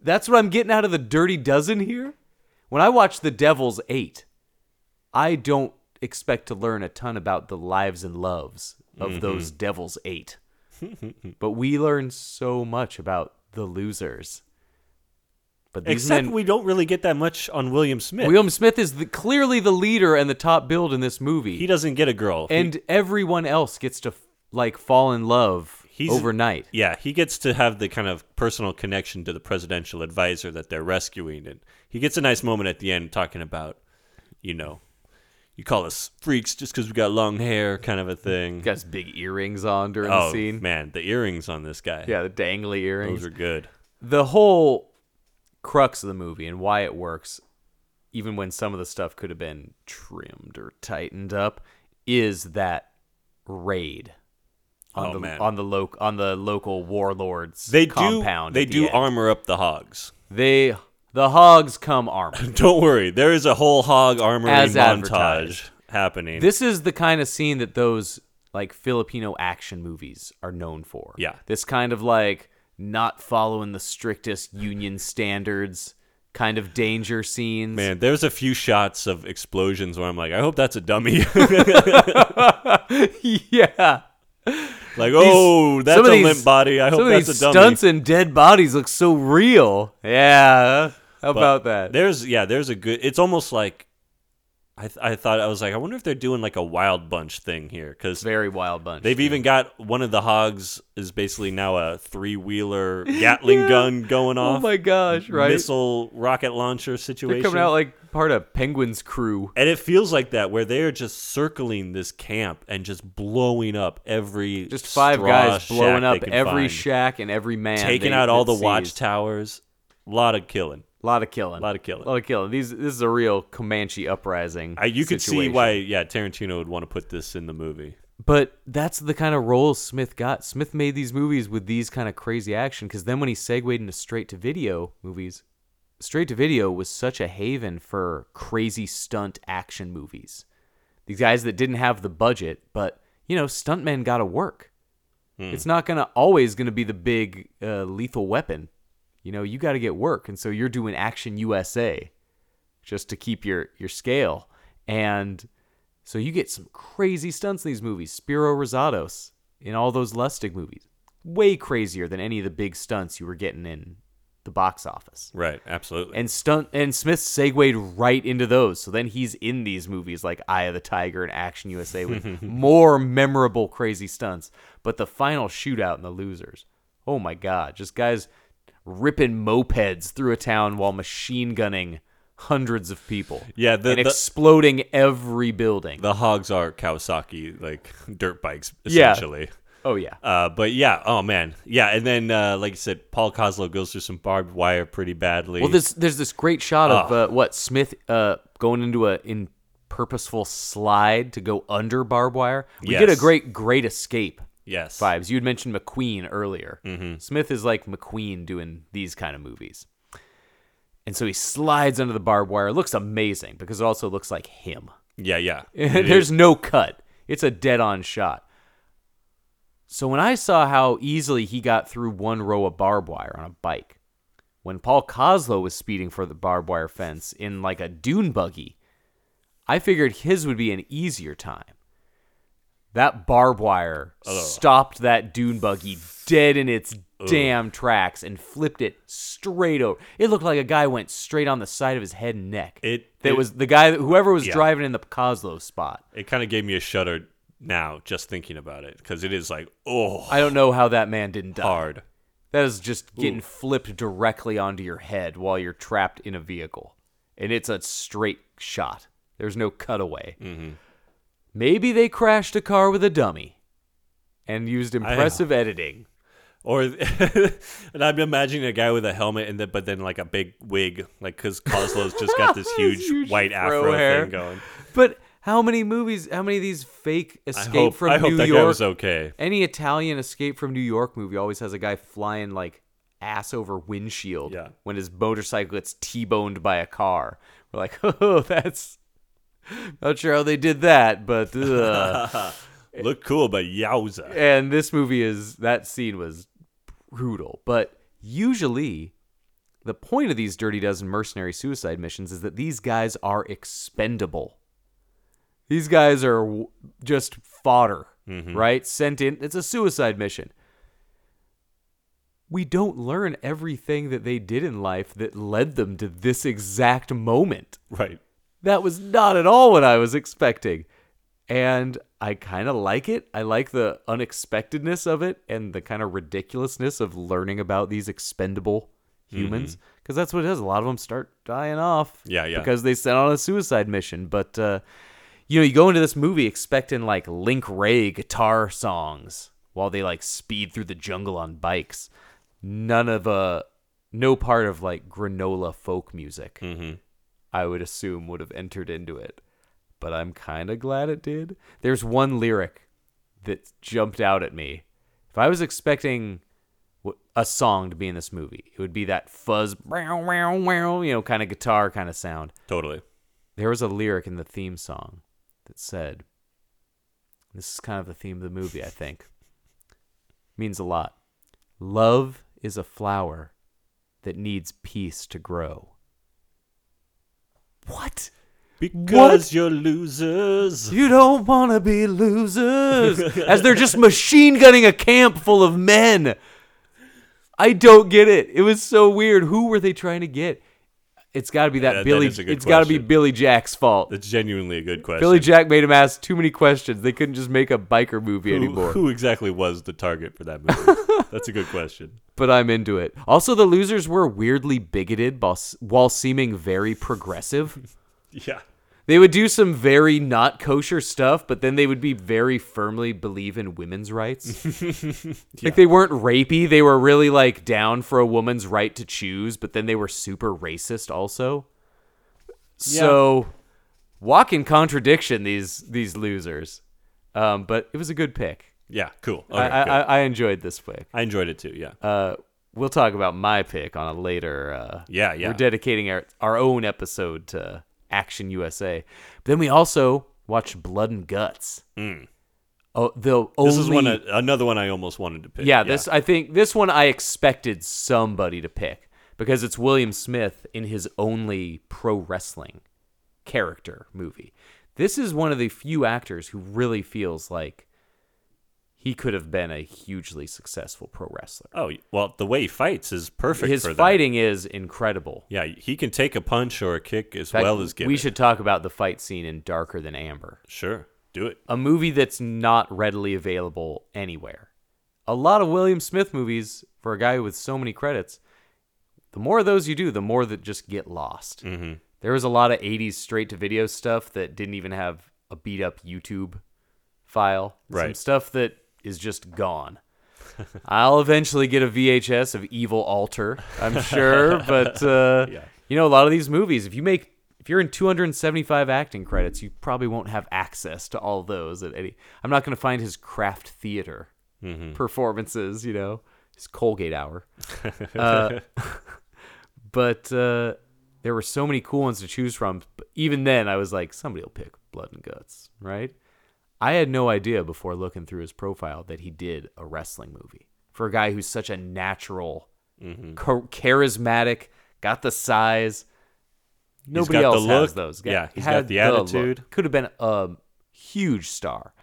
[SPEAKER 1] That's what I'm getting out of the Dirty Dozen here. When I watch The Devil's Eight, I don't expect to learn a ton about the lives and loves of
[SPEAKER 2] Mm-hmm.
[SPEAKER 1] those Devil's Eight. but we learn so much about the losers. But these
[SPEAKER 2] Except
[SPEAKER 1] men,
[SPEAKER 2] we don't really get that much on William Smith.
[SPEAKER 1] William Smith is the, clearly the leader and the top build in this movie,
[SPEAKER 2] he doesn't get a girl. He-
[SPEAKER 1] and everyone else gets to like fall in love
[SPEAKER 2] He's-
[SPEAKER 1] overnight.
[SPEAKER 2] yeah, he gets to have the kind of personal connection to the presidential advisor that they're rescuing, and he gets a nice moment at the end talking about, you know, you call us freaks just because we got long hair, kind of a thing.
[SPEAKER 1] Got his big earrings on during
[SPEAKER 2] oh
[SPEAKER 1] the scene.
[SPEAKER 2] man, the earrings on this guy,
[SPEAKER 1] Yeah, the dangly earrings.
[SPEAKER 2] those are good.
[SPEAKER 1] the whole crux of the movie and why it works even when some of the stuff could have been trimmed or tightened up, is that raid on
[SPEAKER 2] Oh,
[SPEAKER 1] the
[SPEAKER 2] man.
[SPEAKER 1] on the loc on the local warlords
[SPEAKER 2] They
[SPEAKER 1] compound.
[SPEAKER 2] do. They
[SPEAKER 1] at the
[SPEAKER 2] do
[SPEAKER 1] end.
[SPEAKER 2] armor up the hogs.
[SPEAKER 1] They the hogs come armed.
[SPEAKER 2] Don't worry, there is a whole hog armory
[SPEAKER 1] As
[SPEAKER 2] montage
[SPEAKER 1] advertised.
[SPEAKER 2] happening.
[SPEAKER 1] this is the kind of scene that those like Filipino action movies are known for.
[SPEAKER 2] Yeah.
[SPEAKER 1] This kind of like not following the strictest union standards kind of danger scenes.
[SPEAKER 2] man, there's a few shots of explosions where I'm like, I hope that's a dummy.
[SPEAKER 1] yeah.
[SPEAKER 2] like, oh,
[SPEAKER 1] These-
[SPEAKER 2] that's
[SPEAKER 1] some
[SPEAKER 2] a
[SPEAKER 1] of these-
[SPEAKER 2] limp body. I hope
[SPEAKER 1] some
[SPEAKER 2] that's
[SPEAKER 1] of these
[SPEAKER 2] a dummy.
[SPEAKER 1] stunts and dead bodies look so real. Yeah, how
[SPEAKER 2] But
[SPEAKER 1] about that?
[SPEAKER 2] There's yeah, there's a good. It's almost like I th- I thought I was like, I wonder if they're doing like a wild bunch thing here because
[SPEAKER 1] Very wild bunch.
[SPEAKER 2] They've even got one of the hogs is basically now a three wheeler Gatling
[SPEAKER 1] Yeah.
[SPEAKER 2] gun going
[SPEAKER 1] Oh
[SPEAKER 2] off.
[SPEAKER 1] my gosh! Right,
[SPEAKER 2] Missile rocket launcher
[SPEAKER 1] they're
[SPEAKER 2] situation.
[SPEAKER 1] coming out like part of Penguin's crew.
[SPEAKER 2] and it feels like that where they are just circling this camp and just blowing up every
[SPEAKER 1] Just five
[SPEAKER 2] straw
[SPEAKER 1] guys
[SPEAKER 2] shack
[SPEAKER 1] blowing
[SPEAKER 2] they
[SPEAKER 1] up
[SPEAKER 2] can
[SPEAKER 1] every
[SPEAKER 2] find.
[SPEAKER 1] shack and every man,
[SPEAKER 2] taking
[SPEAKER 1] they-
[SPEAKER 2] out all
[SPEAKER 1] that
[SPEAKER 2] the
[SPEAKER 1] sees.
[SPEAKER 2] watchtowers. A lot of killing.
[SPEAKER 1] lot of killing,
[SPEAKER 2] Lot of killing.
[SPEAKER 1] lot of killing. These this is a real Comanche uprising.
[SPEAKER 2] I, you could see
[SPEAKER 1] situation.
[SPEAKER 2] why, yeah, Tarantino would want to put this in the movie.
[SPEAKER 1] But that's the kind of role Smith got. Smith made these movies with these kind of crazy action because then when he segued into straight to video movies, straight to video was such a haven for crazy stunt action movies. These guys that didn't have the budget, but you know, stuntmen got to work. It's not gonna always gonna be the big uh, lethal weapon. You know, you got to get work, and so you're doing Action USA just to keep your your scale. And so you get some crazy stunts in these movies. Spiro Rosados in all those Lustig movies, way crazier than any of the big stunts you were getting in the box office.
[SPEAKER 2] Right, absolutely.
[SPEAKER 1] And stunt and Smith segued right into those. So then he's in these movies like Eye of the Tiger and Action USA with more memorable crazy stunts. But the final shootout in the losers. Oh my god, just guys ripping mopeds through a town while machine gunning hundreds of people.
[SPEAKER 2] Yeah, the-
[SPEAKER 1] and
[SPEAKER 2] the-
[SPEAKER 1] exploding every building.
[SPEAKER 2] the hogs are Kawasaki, like dirt bikes,
[SPEAKER 1] Yeah.
[SPEAKER 2] essentially.
[SPEAKER 1] oh yeah.
[SPEAKER 2] Uh, but yeah, oh man, yeah, and then uh, like you said, Paul Coslow goes through some barbed wire pretty badly.
[SPEAKER 1] Well, there's there's this great shot of uh, what Smith uh, going into a in purposeful slide to go under barbed wire. We get a
[SPEAKER 2] Yes.
[SPEAKER 1] great great escape
[SPEAKER 2] yes,
[SPEAKER 1] vibes. You had mentioned McQueen earlier. Smith is like McQueen doing these kind of movies, and so he slides under the barbed wire. It looks amazing because it also looks like him.
[SPEAKER 2] yeah, yeah. It
[SPEAKER 1] There's
[SPEAKER 2] is.
[SPEAKER 1] no cut. It's a dead on shot. So when I saw how easily he got through one row of barbed wire on a bike, when Paul Coslow was speeding for the barbed wire fence in like a dune buggy, I figured his would be an easier time. That barbed wire stopped that dune buggy dead in its damn tracks and flipped it straight over. It looked like a guy went straight on the side of his head and neck.
[SPEAKER 2] It-
[SPEAKER 1] that
[SPEAKER 2] it-
[SPEAKER 1] was the guy whoever was
[SPEAKER 2] Yeah.
[SPEAKER 1] driving in the Coslow spot.
[SPEAKER 2] It kind of gave me a shudder now just thinking about it because it is like oh
[SPEAKER 1] I don't know how that man didn't die.
[SPEAKER 2] hard.
[SPEAKER 1] That is just getting flipped directly onto your head while you're trapped in a vehicle. And it's a straight shot. There's no cutaway.
[SPEAKER 2] Mm-hmm.
[SPEAKER 1] Maybe they crashed a car with a dummy and used impressive editing.
[SPEAKER 2] Or and I'm imagining a guy with a helmet and then but then like a big wig, like because Coslow's just got this huge,
[SPEAKER 1] Huge
[SPEAKER 2] white
[SPEAKER 1] fro
[SPEAKER 2] afro
[SPEAKER 1] hair.
[SPEAKER 2] thing going.
[SPEAKER 1] But how many movies, how many of these fake
[SPEAKER 2] I
[SPEAKER 1] escape
[SPEAKER 2] hope
[SPEAKER 1] from
[SPEAKER 2] I hope
[SPEAKER 1] New
[SPEAKER 2] that
[SPEAKER 1] York
[SPEAKER 2] guy was okay.
[SPEAKER 1] Any Italian escape from New York movie always has a guy flying like ass over windshield
[SPEAKER 2] Yeah.
[SPEAKER 1] when his motorcycle gets T-boned by a car. We're like, oh, that's not sure how they did that, but ugh."
[SPEAKER 2] Looked cool, but yowza.
[SPEAKER 1] and this movie is that scene was brutal. But usually, the point of these Dirty Dozen mercenary suicide missions is that these guys are expendable. These guys are w- just fodder, right? Sent in. It's a suicide mission. We don't learn everything that they did in life that led them to this exact moment.
[SPEAKER 2] Right.
[SPEAKER 1] That was not at all what I was expecting. And I kind of like it. I like the unexpectedness of it and the kind of ridiculousness of learning about these expendable
[SPEAKER 2] Mm-hmm.
[SPEAKER 1] humans because that's what it is. A lot of them start dying off.
[SPEAKER 2] Yeah, yeah.
[SPEAKER 1] Because they sent on a suicide mission. But, uh, you know, you go into this movie expecting like Link Ray guitar songs while they like speed through the jungle on bikes.
[SPEAKER 2] Mm-hmm.
[SPEAKER 1] None of, uh, no part of like granola folk music I would assume would have entered into it. But I'm kind of glad it did. There's one lyric that jumped out at me. If I was expecting w- a song to be in this movie, it would be that fuzz, wow, wow, wow, you know, kind of guitar kind of sound.
[SPEAKER 2] Totally.
[SPEAKER 1] There was a lyric in the theme song that said, This is kind of the theme of the movie, I think. Means a lot. Love is a flower that needs peace to grow. What?
[SPEAKER 2] Because you're losers.
[SPEAKER 1] You don't want to be losers. As they're just machine gunning a camp full of men. I don't get it. It was so weird. Who were they trying to get? It's got to be that
[SPEAKER 2] that
[SPEAKER 1] Billy.
[SPEAKER 2] is a good
[SPEAKER 1] it's got to be
[SPEAKER 2] question.
[SPEAKER 1] Billy Jack's fault.
[SPEAKER 2] That's genuinely a good question.
[SPEAKER 1] Billy Jack made him ask too many questions. They couldn't just make a biker movie
[SPEAKER 2] who,
[SPEAKER 1] anymore.
[SPEAKER 2] who exactly was the target for that movie? That's a good question.
[SPEAKER 1] But I'm into it. Also, the losers were weirdly bigoted while, while seeming very progressive.
[SPEAKER 2] Yeah.
[SPEAKER 1] They would do some very not kosher stuff, but then they would be very firmly believe in women's rights. Like they weren't rapey, they were really like down for a woman's right to choose, but then they were super racist also. So walk in contradiction these these losers. Um, but it was a good pick.
[SPEAKER 2] Yeah. Cool. Okay,
[SPEAKER 1] I,
[SPEAKER 2] good.
[SPEAKER 1] I, Uh, I enjoyed this pick.
[SPEAKER 2] I enjoyed it too. Yeah.
[SPEAKER 1] We'll talk about my pick on a later. Uh,
[SPEAKER 2] Yeah, yeah.
[SPEAKER 1] We're dedicating our our own episode to Action USA. Then we also watched Blood and Guts. Oh, the only
[SPEAKER 2] Hmm. this is one uh, another one I almost wanted to pick.
[SPEAKER 1] yeah, this I think this one I expected somebody to pick because it's William Smith in his only pro wrestling character movie. This is one of the few actors who really feels like he could have been a hugely successful pro wrestler.
[SPEAKER 2] Oh well, the way he fights is perfect.
[SPEAKER 1] His
[SPEAKER 2] for that.
[SPEAKER 1] fighting is incredible.
[SPEAKER 2] Yeah, he can take a punch or a kick as
[SPEAKER 1] In fact,
[SPEAKER 2] well as give.
[SPEAKER 1] we
[SPEAKER 2] it.
[SPEAKER 1] should talk about the fight scene in Darker Than Amber,
[SPEAKER 2] sure do it.
[SPEAKER 1] a movie that's not readily available anywhere. A lot of William Smith movies for a guy with so many credits, the more of those you do, the more that just get lost. Mm-hmm. There was a lot of 80s straight to video stuff that didn't even have a beat up YouTube file. Some
[SPEAKER 2] Right.
[SPEAKER 1] stuff that is just gone. I'll eventually get a VHS of Evil Altar, I'm sure. but uh, you know, a lot of these movies, if you make, if you're in 275 acting credits, you probably won't have access to all those. At any, I'm not going to find his craft theater performances. You know, his Colgate hour. Uh, but uh, there were so many cool ones to choose from. But even then, I was like, somebody will pick Blood and Guts, right? I had no idea before looking through his profile that he did a wrestling movie for a guy who's such a natural,
[SPEAKER 2] Mm-hmm.
[SPEAKER 1] char- charismatic, got the size. Nobody
[SPEAKER 2] got the
[SPEAKER 1] else has
[SPEAKER 2] look.
[SPEAKER 1] those.
[SPEAKER 2] Yeah, he's
[SPEAKER 1] he's
[SPEAKER 2] got the attitude.
[SPEAKER 1] Could have been a huge star.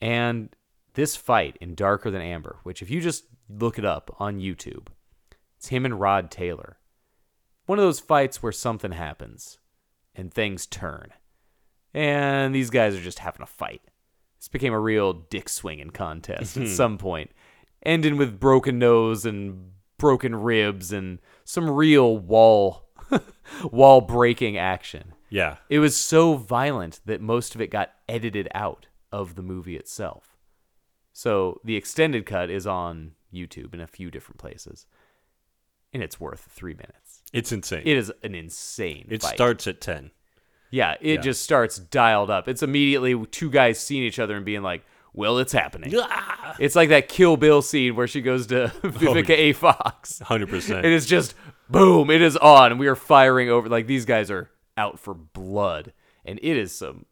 [SPEAKER 1] And this fight in Darker Than Amber, which if you just look it up on YouTube, it's him and Rod Taylor. One of those fights where something happens and things turn. And these guys are just having a fight. This became a real dick swinging contest at some point, ending with broken nose and broken ribs and some real wall wall breaking action.
[SPEAKER 2] Yeah,
[SPEAKER 1] It was so violent that most of it got edited out of the movie itself. So the extended cut is on YouTube in a few different places, and it's worth three minutes.
[SPEAKER 2] it's insane.
[SPEAKER 1] It is an insane.
[SPEAKER 2] It
[SPEAKER 1] fight.
[SPEAKER 2] starts at ten.
[SPEAKER 1] Yeah, it
[SPEAKER 2] Yeah.
[SPEAKER 1] just starts dialed up. It's immediately two guys seeing each other and being like, "Well, it's happening." It's like that Kill Bill scene where she goes to
[SPEAKER 2] Oh,
[SPEAKER 1] Vivica A. Fox.
[SPEAKER 2] Hundred percent.
[SPEAKER 1] It is just boom, it is on. We are firing over like these guys are out for blood. And it is some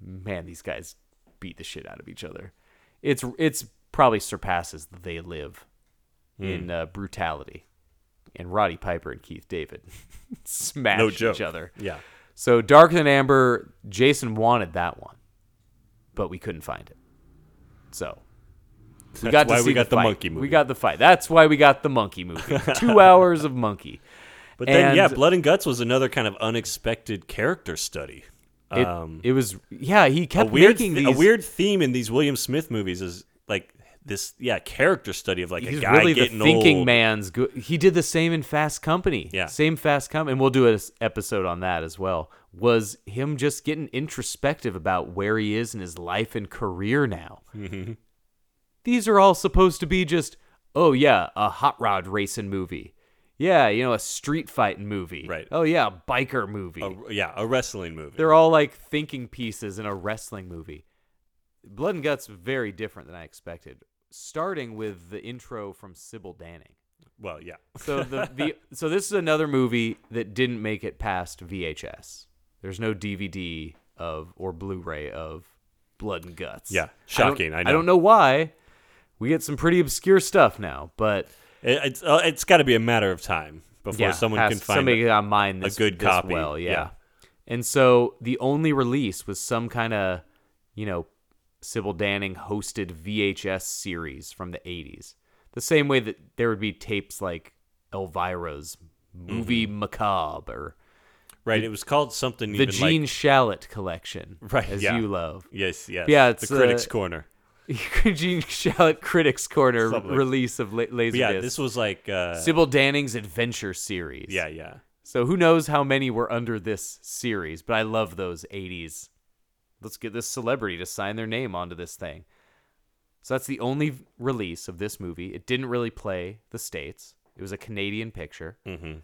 [SPEAKER 1] man, these guys beat the shit out of each other. It's it's probably surpasses the they live
[SPEAKER 2] Hmm.
[SPEAKER 1] in uh, brutality. And Roddy Piper and Keith David smash
[SPEAKER 2] no joke.
[SPEAKER 1] each other.
[SPEAKER 2] Yeah,
[SPEAKER 1] So Darker Than Amber, Jason wanted that one, but we couldn't find it. So we
[SPEAKER 2] That's
[SPEAKER 1] got to
[SPEAKER 2] why
[SPEAKER 1] see
[SPEAKER 2] we got the
[SPEAKER 1] fight.
[SPEAKER 2] monkey movie.
[SPEAKER 1] We got the fight. That's why we got the monkey movie. Two hours of monkey.
[SPEAKER 2] but then yeah,
[SPEAKER 1] and-
[SPEAKER 2] Blood and Guts was another kind of unexpected character study.
[SPEAKER 1] It, it was yeah. He
[SPEAKER 2] um, a
[SPEAKER 1] kept
[SPEAKER 2] weird,
[SPEAKER 1] making
[SPEAKER 2] th-
[SPEAKER 1] these.
[SPEAKER 2] a weird theme in these William Smith movies is like this. Yeah, character study of like
[SPEAKER 1] He's
[SPEAKER 2] a guy
[SPEAKER 1] really the
[SPEAKER 2] getting
[SPEAKER 1] thinking
[SPEAKER 2] old.
[SPEAKER 1] man's. Go- he did the same in Fast Company.
[SPEAKER 2] Yeah.
[SPEAKER 1] Same Fast Company, and we'll do an episode on that as well. Was him just getting introspective about where he is in his life and career now?
[SPEAKER 2] Mm-hmm.
[SPEAKER 1] These are all supposed to be just, oh yeah, a hot rod racing movie. Yeah, you know, a street fight movie.
[SPEAKER 2] Right.
[SPEAKER 1] Oh yeah, a biker movie.
[SPEAKER 2] A, yeah, a wrestling movie.
[SPEAKER 1] They're all like thinking pieces in a wrestling movie. Blood and Guts very different than I expected. Starting with the intro from Sybil Danning.
[SPEAKER 2] well, yeah.
[SPEAKER 1] So the, the so this is another movie that didn't make it past VHS. There's no DVD of or Blu-ray of Blood and Guts.
[SPEAKER 2] Yeah,
[SPEAKER 1] I don't-
[SPEAKER 2] shocking, I know.
[SPEAKER 1] I don't know why. We get some pretty obscure stuff now, but
[SPEAKER 2] It, it's uh, it's got to be a matter of time before
[SPEAKER 1] yeah,
[SPEAKER 2] someone
[SPEAKER 1] has-
[SPEAKER 2] can find
[SPEAKER 1] somebody
[SPEAKER 2] it.
[SPEAKER 1] on mine this,
[SPEAKER 2] good
[SPEAKER 1] this
[SPEAKER 2] copy.
[SPEAKER 1] Well, yeah.
[SPEAKER 2] Yeah.
[SPEAKER 1] And so the only release was some kind of, you know, Sybil Danning hosted VHS series from the 80s. The same way that there would be tapes like Elvira's Movie Macabre or
[SPEAKER 2] right. It was called something.
[SPEAKER 1] uh, the
[SPEAKER 2] Mm-hmm. even
[SPEAKER 1] Gene
[SPEAKER 2] like,
[SPEAKER 1] Shalit collection,
[SPEAKER 2] Right,
[SPEAKER 1] as
[SPEAKER 2] yeah.
[SPEAKER 1] you love.
[SPEAKER 2] yes, yes.
[SPEAKER 1] Yeah, it's,
[SPEAKER 2] the Critics
[SPEAKER 1] uh,
[SPEAKER 2] Corner.
[SPEAKER 1] Gene Shalit Critics Corner
[SPEAKER 2] Something like-
[SPEAKER 1] release of la- Laserdisc.
[SPEAKER 2] But yeah, this was like. Uh,
[SPEAKER 1] Sybil Danning's Adventure series.
[SPEAKER 2] yeah, yeah.
[SPEAKER 1] So who knows how many were under this series, but I love those 80s. Let's get this celebrity to sign their name onto this thing. So that's the only v- release of this movie. It didn't really play the States. It was a Canadian picture.
[SPEAKER 2] mm-hmm.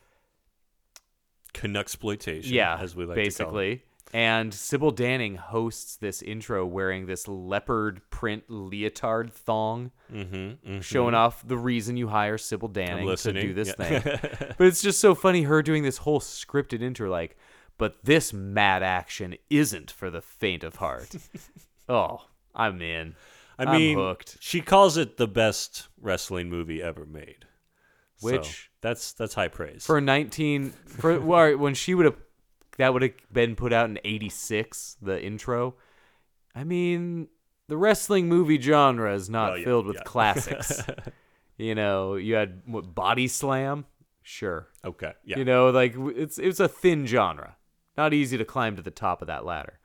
[SPEAKER 2] Canuck exploitation.
[SPEAKER 1] yeah,
[SPEAKER 2] as we like
[SPEAKER 1] basically. And Sybil Danning hosts this intro wearing this leopard print leotard thong,
[SPEAKER 2] Mm-hmm,
[SPEAKER 1] showing off the reason you hire Sybil Danning to
[SPEAKER 2] listening.
[SPEAKER 1] do this
[SPEAKER 2] Yeah.
[SPEAKER 1] thing. But it's just so funny her doing this whole scripted intro, like, but this mad action isn't for the faint of heart. oh, I'm in.
[SPEAKER 2] I
[SPEAKER 1] I'm
[SPEAKER 2] mean,
[SPEAKER 1] hooked.
[SPEAKER 2] she calls it the best wrestling movie ever made. So
[SPEAKER 1] Which-
[SPEAKER 2] that's that's high praise.
[SPEAKER 1] For 19, for well, when she would have, that would have been put out in '86. The intro. I mean, the wrestling movie genre is not
[SPEAKER 2] Well, Oh, yeah,
[SPEAKER 1] filled with
[SPEAKER 2] yeah.
[SPEAKER 1] classics. you know, you had what, Body Slam. Sure.
[SPEAKER 2] okay, yeah,
[SPEAKER 1] You know, like w- it's it's a thin genre. Not easy to climb to the top of that ladder.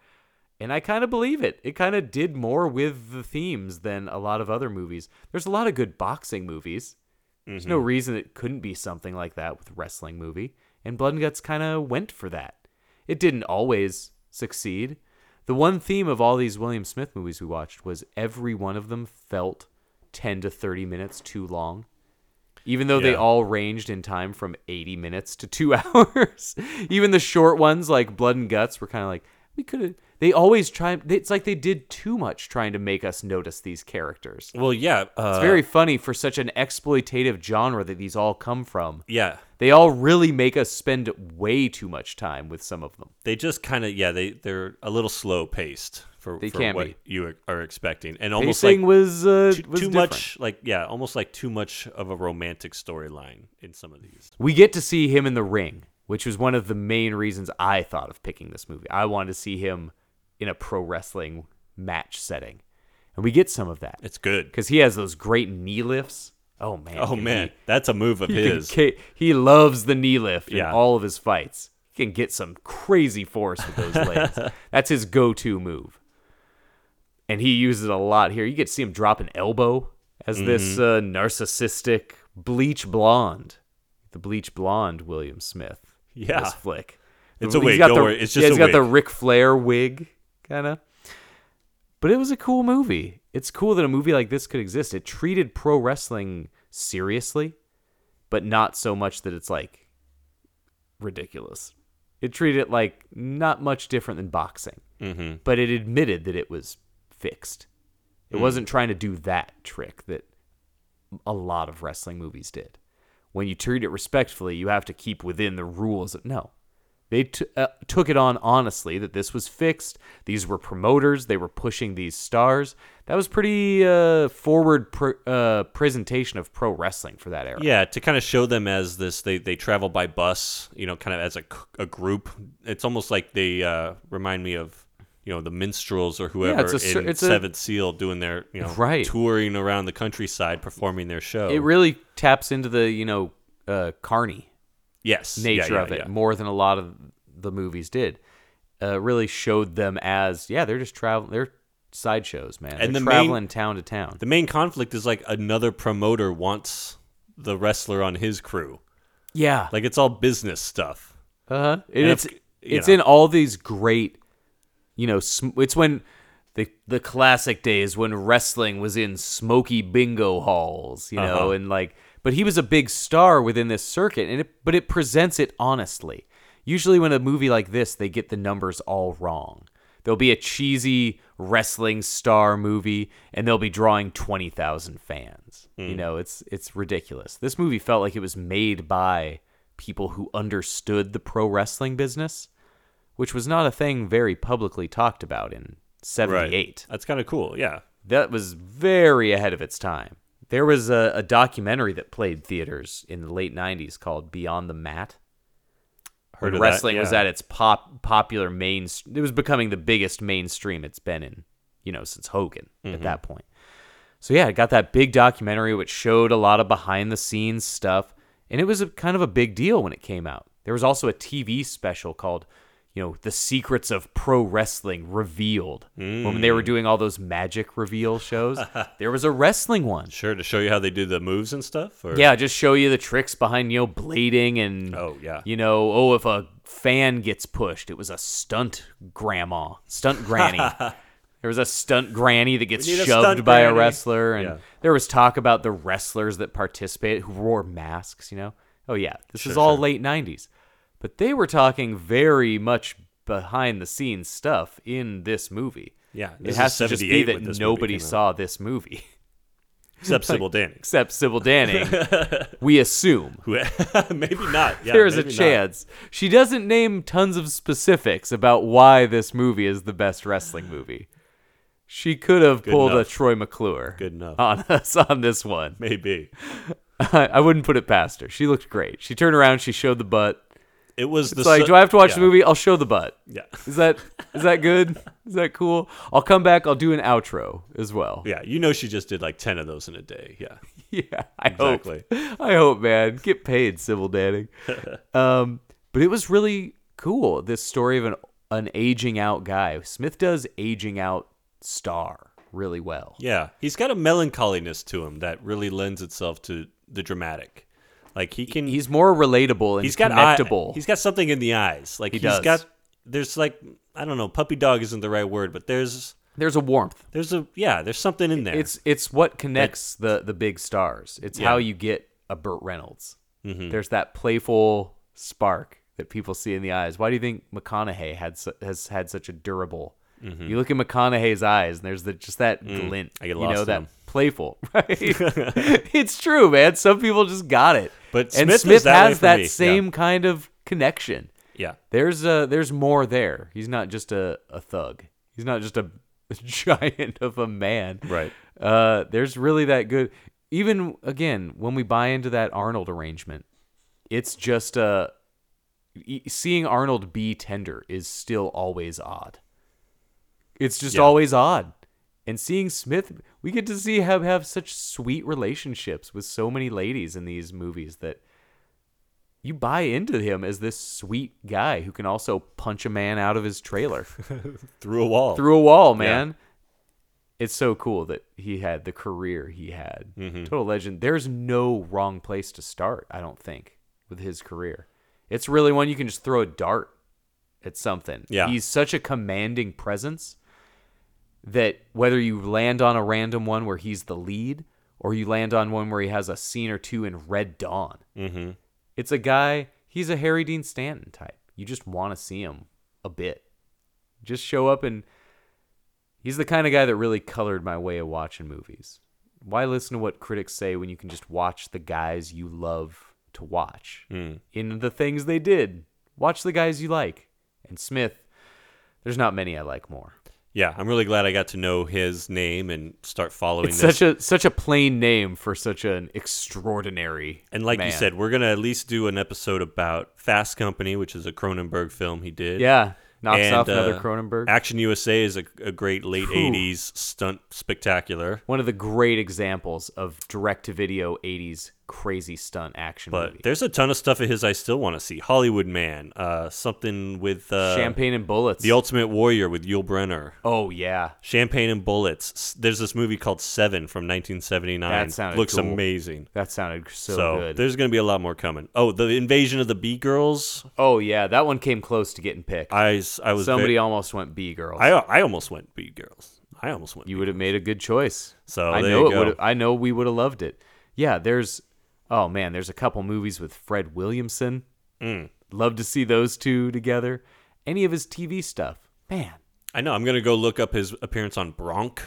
[SPEAKER 1] And I kind of believe it. It kind of did more with the themes than a lot of other movies. There's a lot of good boxing movies. There's no reason it couldn't be something like that with a wrestling movie. And Blood and Guts kind of went for that. It didn't always succeed. The one theme of all these William Smith movies we watched was every one of them felt 10 to 30 minutes too long even though they
[SPEAKER 2] Yeah.
[SPEAKER 1] all ranged in time from 80 minutes to two hours. even the short ones like Blood and Guts were kind of like, we could have. They always try. they- It's like they did too much trying to make us notice these characters.
[SPEAKER 2] Well, yeah, uh,
[SPEAKER 1] It's very funny for such an exploitative genre that these all come from.
[SPEAKER 2] yeah.
[SPEAKER 1] They all really make us spend way too much time with some of them.
[SPEAKER 2] They just kind of yeah they they're a little slow paced for,
[SPEAKER 1] They
[SPEAKER 2] for
[SPEAKER 1] can
[SPEAKER 2] what
[SPEAKER 1] be.
[SPEAKER 2] you e, are expecting and almost
[SPEAKER 1] Pacing
[SPEAKER 2] like
[SPEAKER 1] was uh,
[SPEAKER 2] too,
[SPEAKER 1] was
[SPEAKER 2] too
[SPEAKER 1] different.
[SPEAKER 2] much like yeah almost like too much of a romantic storyline in some of these.
[SPEAKER 1] We get to see him in the ring, which was one of the main reasons I thought of picking this movie. I wanted to see him in a pro wrestling match setting. And we get some of that
[SPEAKER 2] It's good.
[SPEAKER 1] because he has those great knee lifts. Oh, man.
[SPEAKER 2] Oh
[SPEAKER 1] can
[SPEAKER 2] man, that's a move of
[SPEAKER 1] He, he, can
[SPEAKER 2] his.
[SPEAKER 1] ca- he loves the knee lift
[SPEAKER 2] Yeah.
[SPEAKER 1] in all of his fights. He can get some crazy force with those legs. That's his go to move. And he uses it a lot here. You get to see him drop an elbow as
[SPEAKER 2] Mm-hmm.
[SPEAKER 1] this uh, narcissistic bleach blonde. The bleach blonde William Smith. in
[SPEAKER 2] Yeah.
[SPEAKER 1] This flick.
[SPEAKER 2] It's
[SPEAKER 1] The-
[SPEAKER 2] a
[SPEAKER 1] he's
[SPEAKER 2] wig,
[SPEAKER 1] got
[SPEAKER 2] don't
[SPEAKER 1] the-
[SPEAKER 2] worry, it's
[SPEAKER 1] yeah,
[SPEAKER 2] just
[SPEAKER 1] he's
[SPEAKER 2] a
[SPEAKER 1] got the
[SPEAKER 2] wig.
[SPEAKER 1] Ric Flair wig, kind of. But it was a cool movie. It's cool that a movie like this could exist. It treated pro wrestling seriously, but not so much that it's like ridiculous. It treated it like not much different than boxing, mm-hmm. but it admitted that it was fixed. It wasn't trying to do that trick that a lot of wrestling movies did. When you treat it respectfully, you have to keep within the rules. Of, no, they t- uh, took it on honestly that this was fixed. These were promoters. They were pushing these stars. That was pretty uh, forward pr- uh, presentation of pro wrestling for that era.
[SPEAKER 2] Yeah, to kind of show them as this, they they travel by bus, you know, kind of as a, c- a group. It's almost like they uh, remind me of, you know, the minstrels or whoever
[SPEAKER 1] it's a cer-
[SPEAKER 2] in
[SPEAKER 1] it's a-
[SPEAKER 2] Seventh Seal doing their, you know,
[SPEAKER 1] Right.
[SPEAKER 2] touring around the countryside performing their show.
[SPEAKER 1] It really taps into the you know uh, carny
[SPEAKER 2] yes, Yeah,
[SPEAKER 1] nature
[SPEAKER 2] yeah,
[SPEAKER 1] of it
[SPEAKER 2] yeah.
[SPEAKER 1] more than a lot of the movies did. Uh, really showed them as yeah they're just traveling they're sideshows man
[SPEAKER 2] And the
[SPEAKER 1] They're
[SPEAKER 2] main-
[SPEAKER 1] traveling town to town
[SPEAKER 2] The main conflict is like another promoter wants the wrestler on his crew.
[SPEAKER 1] yeah
[SPEAKER 2] Like it's all business stuff.
[SPEAKER 1] Uh-huh. And
[SPEAKER 2] And
[SPEAKER 1] it's
[SPEAKER 2] if- you
[SPEAKER 1] it's
[SPEAKER 2] know.
[SPEAKER 1] in all these great, you know, sm- it's when the the classic days when wrestling was in smoky bingo halls, you know,
[SPEAKER 2] Uh-huh.
[SPEAKER 1] and like But he was a big star within this circuit, and it, but it presents it honestly. Usually, when a movie like this, they get the numbers all wrong. There'll be a cheesy wrestling star movie, and they'll be drawing twenty thousand fans. You know, it's it's ridiculous. This movie felt like it was made by people who understood the pro wrestling business, which was not a thing very publicly talked about in
[SPEAKER 2] Right.
[SPEAKER 1] '78
[SPEAKER 2] That's kind of cool. Yeah.
[SPEAKER 1] that was very ahead of its time. There was a, a documentary that played theaters in the late '90s called "Beyond the Mat."
[SPEAKER 2] Heard
[SPEAKER 1] when
[SPEAKER 2] of that,
[SPEAKER 1] wrestling was
[SPEAKER 2] yeah.
[SPEAKER 1] at its pop popular main. It was becoming the biggest mainstream it's been in, you know, since Hogan
[SPEAKER 2] Mm-hmm.
[SPEAKER 1] at that point. So yeah, it got that big documentary which showed a lot of behind the scenes stuff, and it was a, kind of a big deal when it came out. There was also a TV special called, you know, "The Secrets of Pro Wrestling Revealed." When they were doing all those magic reveal shows, there was a wrestling one.
[SPEAKER 2] Sure. To show you how they do the moves and stuff. Or?
[SPEAKER 1] Yeah, just show you the tricks behind you know blading and
[SPEAKER 2] Oh, yeah.
[SPEAKER 1] you know oh if a fan gets pushed, it was a stunt grandma, stunt granny. there was a stunt granny that gets
[SPEAKER 2] We need a
[SPEAKER 1] shoved
[SPEAKER 2] stunt
[SPEAKER 1] by a
[SPEAKER 2] granny.
[SPEAKER 1] wrestler, and
[SPEAKER 2] Yeah.
[SPEAKER 1] there was talk about the wrestlers that participated who wore masks. You know, oh yeah, this is all late '90s, but they were talking very much behind the scenes stuff in this movie.
[SPEAKER 2] Yeah,
[SPEAKER 1] it
[SPEAKER 2] this
[SPEAKER 1] has
[SPEAKER 2] is
[SPEAKER 1] to just be
[SPEAKER 2] 78
[SPEAKER 1] that
[SPEAKER 2] when this movie
[SPEAKER 1] nobody
[SPEAKER 2] came out.
[SPEAKER 1] saw this movie
[SPEAKER 2] Except Sybil Danny.
[SPEAKER 1] except Sybil Danning, we assume.
[SPEAKER 2] Who- maybe not. Yeah,
[SPEAKER 1] there is a
[SPEAKER 2] maybe not.
[SPEAKER 1] chance. She doesn't name tons of specifics about why this movie is the best wrestling movie. She could have pulled
[SPEAKER 2] enough.
[SPEAKER 1] a Troy McClure
[SPEAKER 2] Good enough.
[SPEAKER 1] on us on this one.
[SPEAKER 2] Maybe.
[SPEAKER 1] I, I wouldn't put it past her. She looked great. She turned around, she showed the butt.
[SPEAKER 2] It was the
[SPEAKER 1] It's like,
[SPEAKER 2] su-
[SPEAKER 1] do I have to watch
[SPEAKER 2] yeah.
[SPEAKER 1] the movie? I'll show the butt.
[SPEAKER 2] Yeah.
[SPEAKER 1] Is that is that good? Is that cool? I'll come back, I'll do an outro as well.
[SPEAKER 2] Yeah, you know she just did like 10 of those in a day. Yeah.
[SPEAKER 1] yeah, I
[SPEAKER 2] Exactly.
[SPEAKER 1] hope. I hope, man. Get paid, Sybil Danning. um, but it was really cool. This story of an an aging out guy. Smith does aging out star really well.
[SPEAKER 2] Yeah. He's got a melancholiness to him that really lends itself to the dramatic. Like he can
[SPEAKER 1] He's more relatable and
[SPEAKER 2] he's got eye-
[SPEAKER 1] connectable.
[SPEAKER 2] he's got something in the eyes. Like
[SPEAKER 1] He
[SPEAKER 2] has
[SPEAKER 1] does.
[SPEAKER 2] got there's like I don't know, puppy dog isn't the right word, but there's
[SPEAKER 1] There's a warmth.
[SPEAKER 2] there's a yeah, there's something in there.
[SPEAKER 1] It's it's what connects the the big stars. It's
[SPEAKER 2] Yeah. Mm-hmm.
[SPEAKER 1] how you get a Burt Reynolds. There's that playful spark that people see in the eyes. Why do you think McConaughey had su- has had such a durable? You look at McConaughey's eyes, and there's the, just that glint.
[SPEAKER 2] Mm-hmm. Mm. I get
[SPEAKER 1] you
[SPEAKER 2] lost
[SPEAKER 1] know
[SPEAKER 2] in
[SPEAKER 1] that
[SPEAKER 2] them.
[SPEAKER 1] playful. Right? it's true, man. Some people just got it.
[SPEAKER 2] But Smith
[SPEAKER 1] and
[SPEAKER 2] was
[SPEAKER 1] Smith
[SPEAKER 2] that way
[SPEAKER 1] has
[SPEAKER 2] for
[SPEAKER 1] that
[SPEAKER 2] me. Yeah.
[SPEAKER 1] same kind of connection.
[SPEAKER 2] yeah.
[SPEAKER 1] There's uh there's more there. He's not just a, a thug. He's not just a giant of a man.
[SPEAKER 2] Right.
[SPEAKER 1] Uh there's really that good even again, when we buy into that Arnold arrangement, it's just uh e- seeing Arnold be tender is still always odd. It's just
[SPEAKER 2] Yeah.
[SPEAKER 1] always odd. And seeing Smith, we get to see him have such sweet relationships with so many ladies in these movies that you buy into him as this sweet guy who can also punch a man out of his trailer
[SPEAKER 2] Through a wall.
[SPEAKER 1] through a wall, man. It's so cool that he had the career he had.
[SPEAKER 2] Mm-hmm.
[SPEAKER 1] Total legend. There's no wrong place to start, I don't think, with his career. It's really one you can just throw a dart at something.
[SPEAKER 2] Yeah.
[SPEAKER 1] He's such a commanding presence that whether you land on a random one where he's the lead or you land on one where he has a scene or two in Red Dawn,
[SPEAKER 2] mm-hmm.
[SPEAKER 1] it's a guy, he's a Harry Dean Stanton type. You just want to see him a bit. Just show up and he's the kind of guy that really colored my way of watching movies. Why listen to what critics say when you can just watch the guys you love to watch
[SPEAKER 2] Hmm.
[SPEAKER 1] in the things they did? Watch the guys you like. And Smith, there's not many I like more.
[SPEAKER 2] Yeah, I'm really glad I got to know his name and start following
[SPEAKER 1] It's
[SPEAKER 2] this.
[SPEAKER 1] such a such a plain name for such an extraordinary
[SPEAKER 2] And like
[SPEAKER 1] man.
[SPEAKER 2] you said, we're gonna at least do an episode about Fast Company, which is a Cronenberg film he did.
[SPEAKER 1] yeah, knocks
[SPEAKER 2] And,
[SPEAKER 1] off another
[SPEAKER 2] uh,
[SPEAKER 1] Cronenberg.
[SPEAKER 2] Action USA is a, a great late
[SPEAKER 1] Phew.
[SPEAKER 2] '80s stunt spectacular.
[SPEAKER 1] one of the great examples of direct to video 80s crazy stunt action
[SPEAKER 2] But
[SPEAKER 1] movie.
[SPEAKER 2] there's a ton of stuff of his I still want to see. Hollywood Man, uh, something with uh,
[SPEAKER 1] Champagne and Bullets.
[SPEAKER 2] The Ultimate Warrior with Yul Brenner.
[SPEAKER 1] oh, yeah.
[SPEAKER 2] Champagne and Bullets. S- There's this movie called Seven from 1979.
[SPEAKER 1] That sounded
[SPEAKER 2] looks
[SPEAKER 1] cool.
[SPEAKER 2] amazing.
[SPEAKER 1] That sounded so,
[SPEAKER 2] So,
[SPEAKER 1] good.
[SPEAKER 2] there's gonna be a lot more coming. Oh, the Invasion of the Bee Girls.
[SPEAKER 1] oh, yeah. That one came close to getting picked.
[SPEAKER 2] I s- I was
[SPEAKER 1] Somebody
[SPEAKER 2] Very,
[SPEAKER 1] almost went B girls.
[SPEAKER 2] I I almost went Bee Girls. I almost went.
[SPEAKER 1] you
[SPEAKER 2] Bee
[SPEAKER 1] would have made a good choice.
[SPEAKER 2] So,
[SPEAKER 1] I
[SPEAKER 2] there
[SPEAKER 1] know
[SPEAKER 2] you
[SPEAKER 1] it
[SPEAKER 2] go.
[SPEAKER 1] would. I know we would have loved it. Yeah, there's Oh man, there's a couple movies with Fred Williamson.
[SPEAKER 2] Mm.
[SPEAKER 1] Love to see those two together. Any of his TV stuff, man,
[SPEAKER 2] I know. I'm gonna go look up his appearance on Bronk.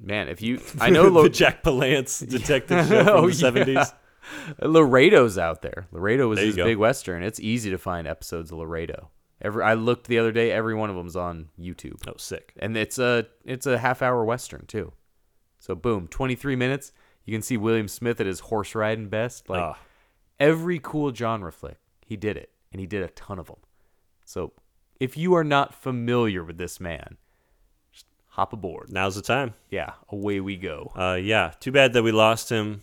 [SPEAKER 1] man. If you, I know Lo-
[SPEAKER 2] the Jack Palance detective show from the
[SPEAKER 1] Oh,
[SPEAKER 2] '70s.
[SPEAKER 1] yeah. Laredo's out there. Laredo was
[SPEAKER 2] There you
[SPEAKER 1] his
[SPEAKER 2] go.
[SPEAKER 1] big western. It's easy to find episodes of Laredo. Every I looked the other day, every one of them's on YouTube.
[SPEAKER 2] Oh, sick.
[SPEAKER 1] and it's a it's a half hour western too. So boom, twenty three minutes. You can see William Smith at his horse riding best. Like
[SPEAKER 2] Ah.
[SPEAKER 1] every cool genre flick, he did it, and he did a ton of them. So if you are not familiar with this man, just hop aboard.
[SPEAKER 2] Now's the time.
[SPEAKER 1] Yeah, away we go.
[SPEAKER 2] Uh, yeah. Too bad that we lost him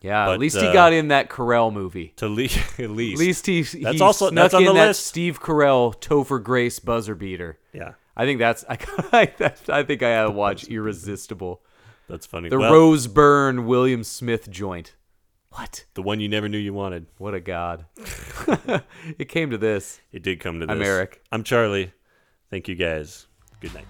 [SPEAKER 1] Yeah,
[SPEAKER 2] But,
[SPEAKER 1] at least
[SPEAKER 2] uh,
[SPEAKER 1] he got in that Carell movie.
[SPEAKER 2] to Lee. at least.
[SPEAKER 1] At least he
[SPEAKER 2] That's
[SPEAKER 1] he
[SPEAKER 2] also-
[SPEAKER 1] snuck
[SPEAKER 2] that's on
[SPEAKER 1] in
[SPEAKER 2] the
[SPEAKER 1] that
[SPEAKER 2] list.
[SPEAKER 1] Steve Carell Topher Grace buzzer beater.
[SPEAKER 2] Yeah.
[SPEAKER 1] I think that's I I think I gotta watch Irresistible.
[SPEAKER 2] That's funny.
[SPEAKER 1] The
[SPEAKER 2] Well,
[SPEAKER 1] Rose Byrne William Smith joint. What?
[SPEAKER 2] The one you never knew you wanted.
[SPEAKER 1] What a god. it came to this.
[SPEAKER 2] It did come to this.
[SPEAKER 1] I'm Eric.
[SPEAKER 2] I'm Charlie. Thank you guys. Good night.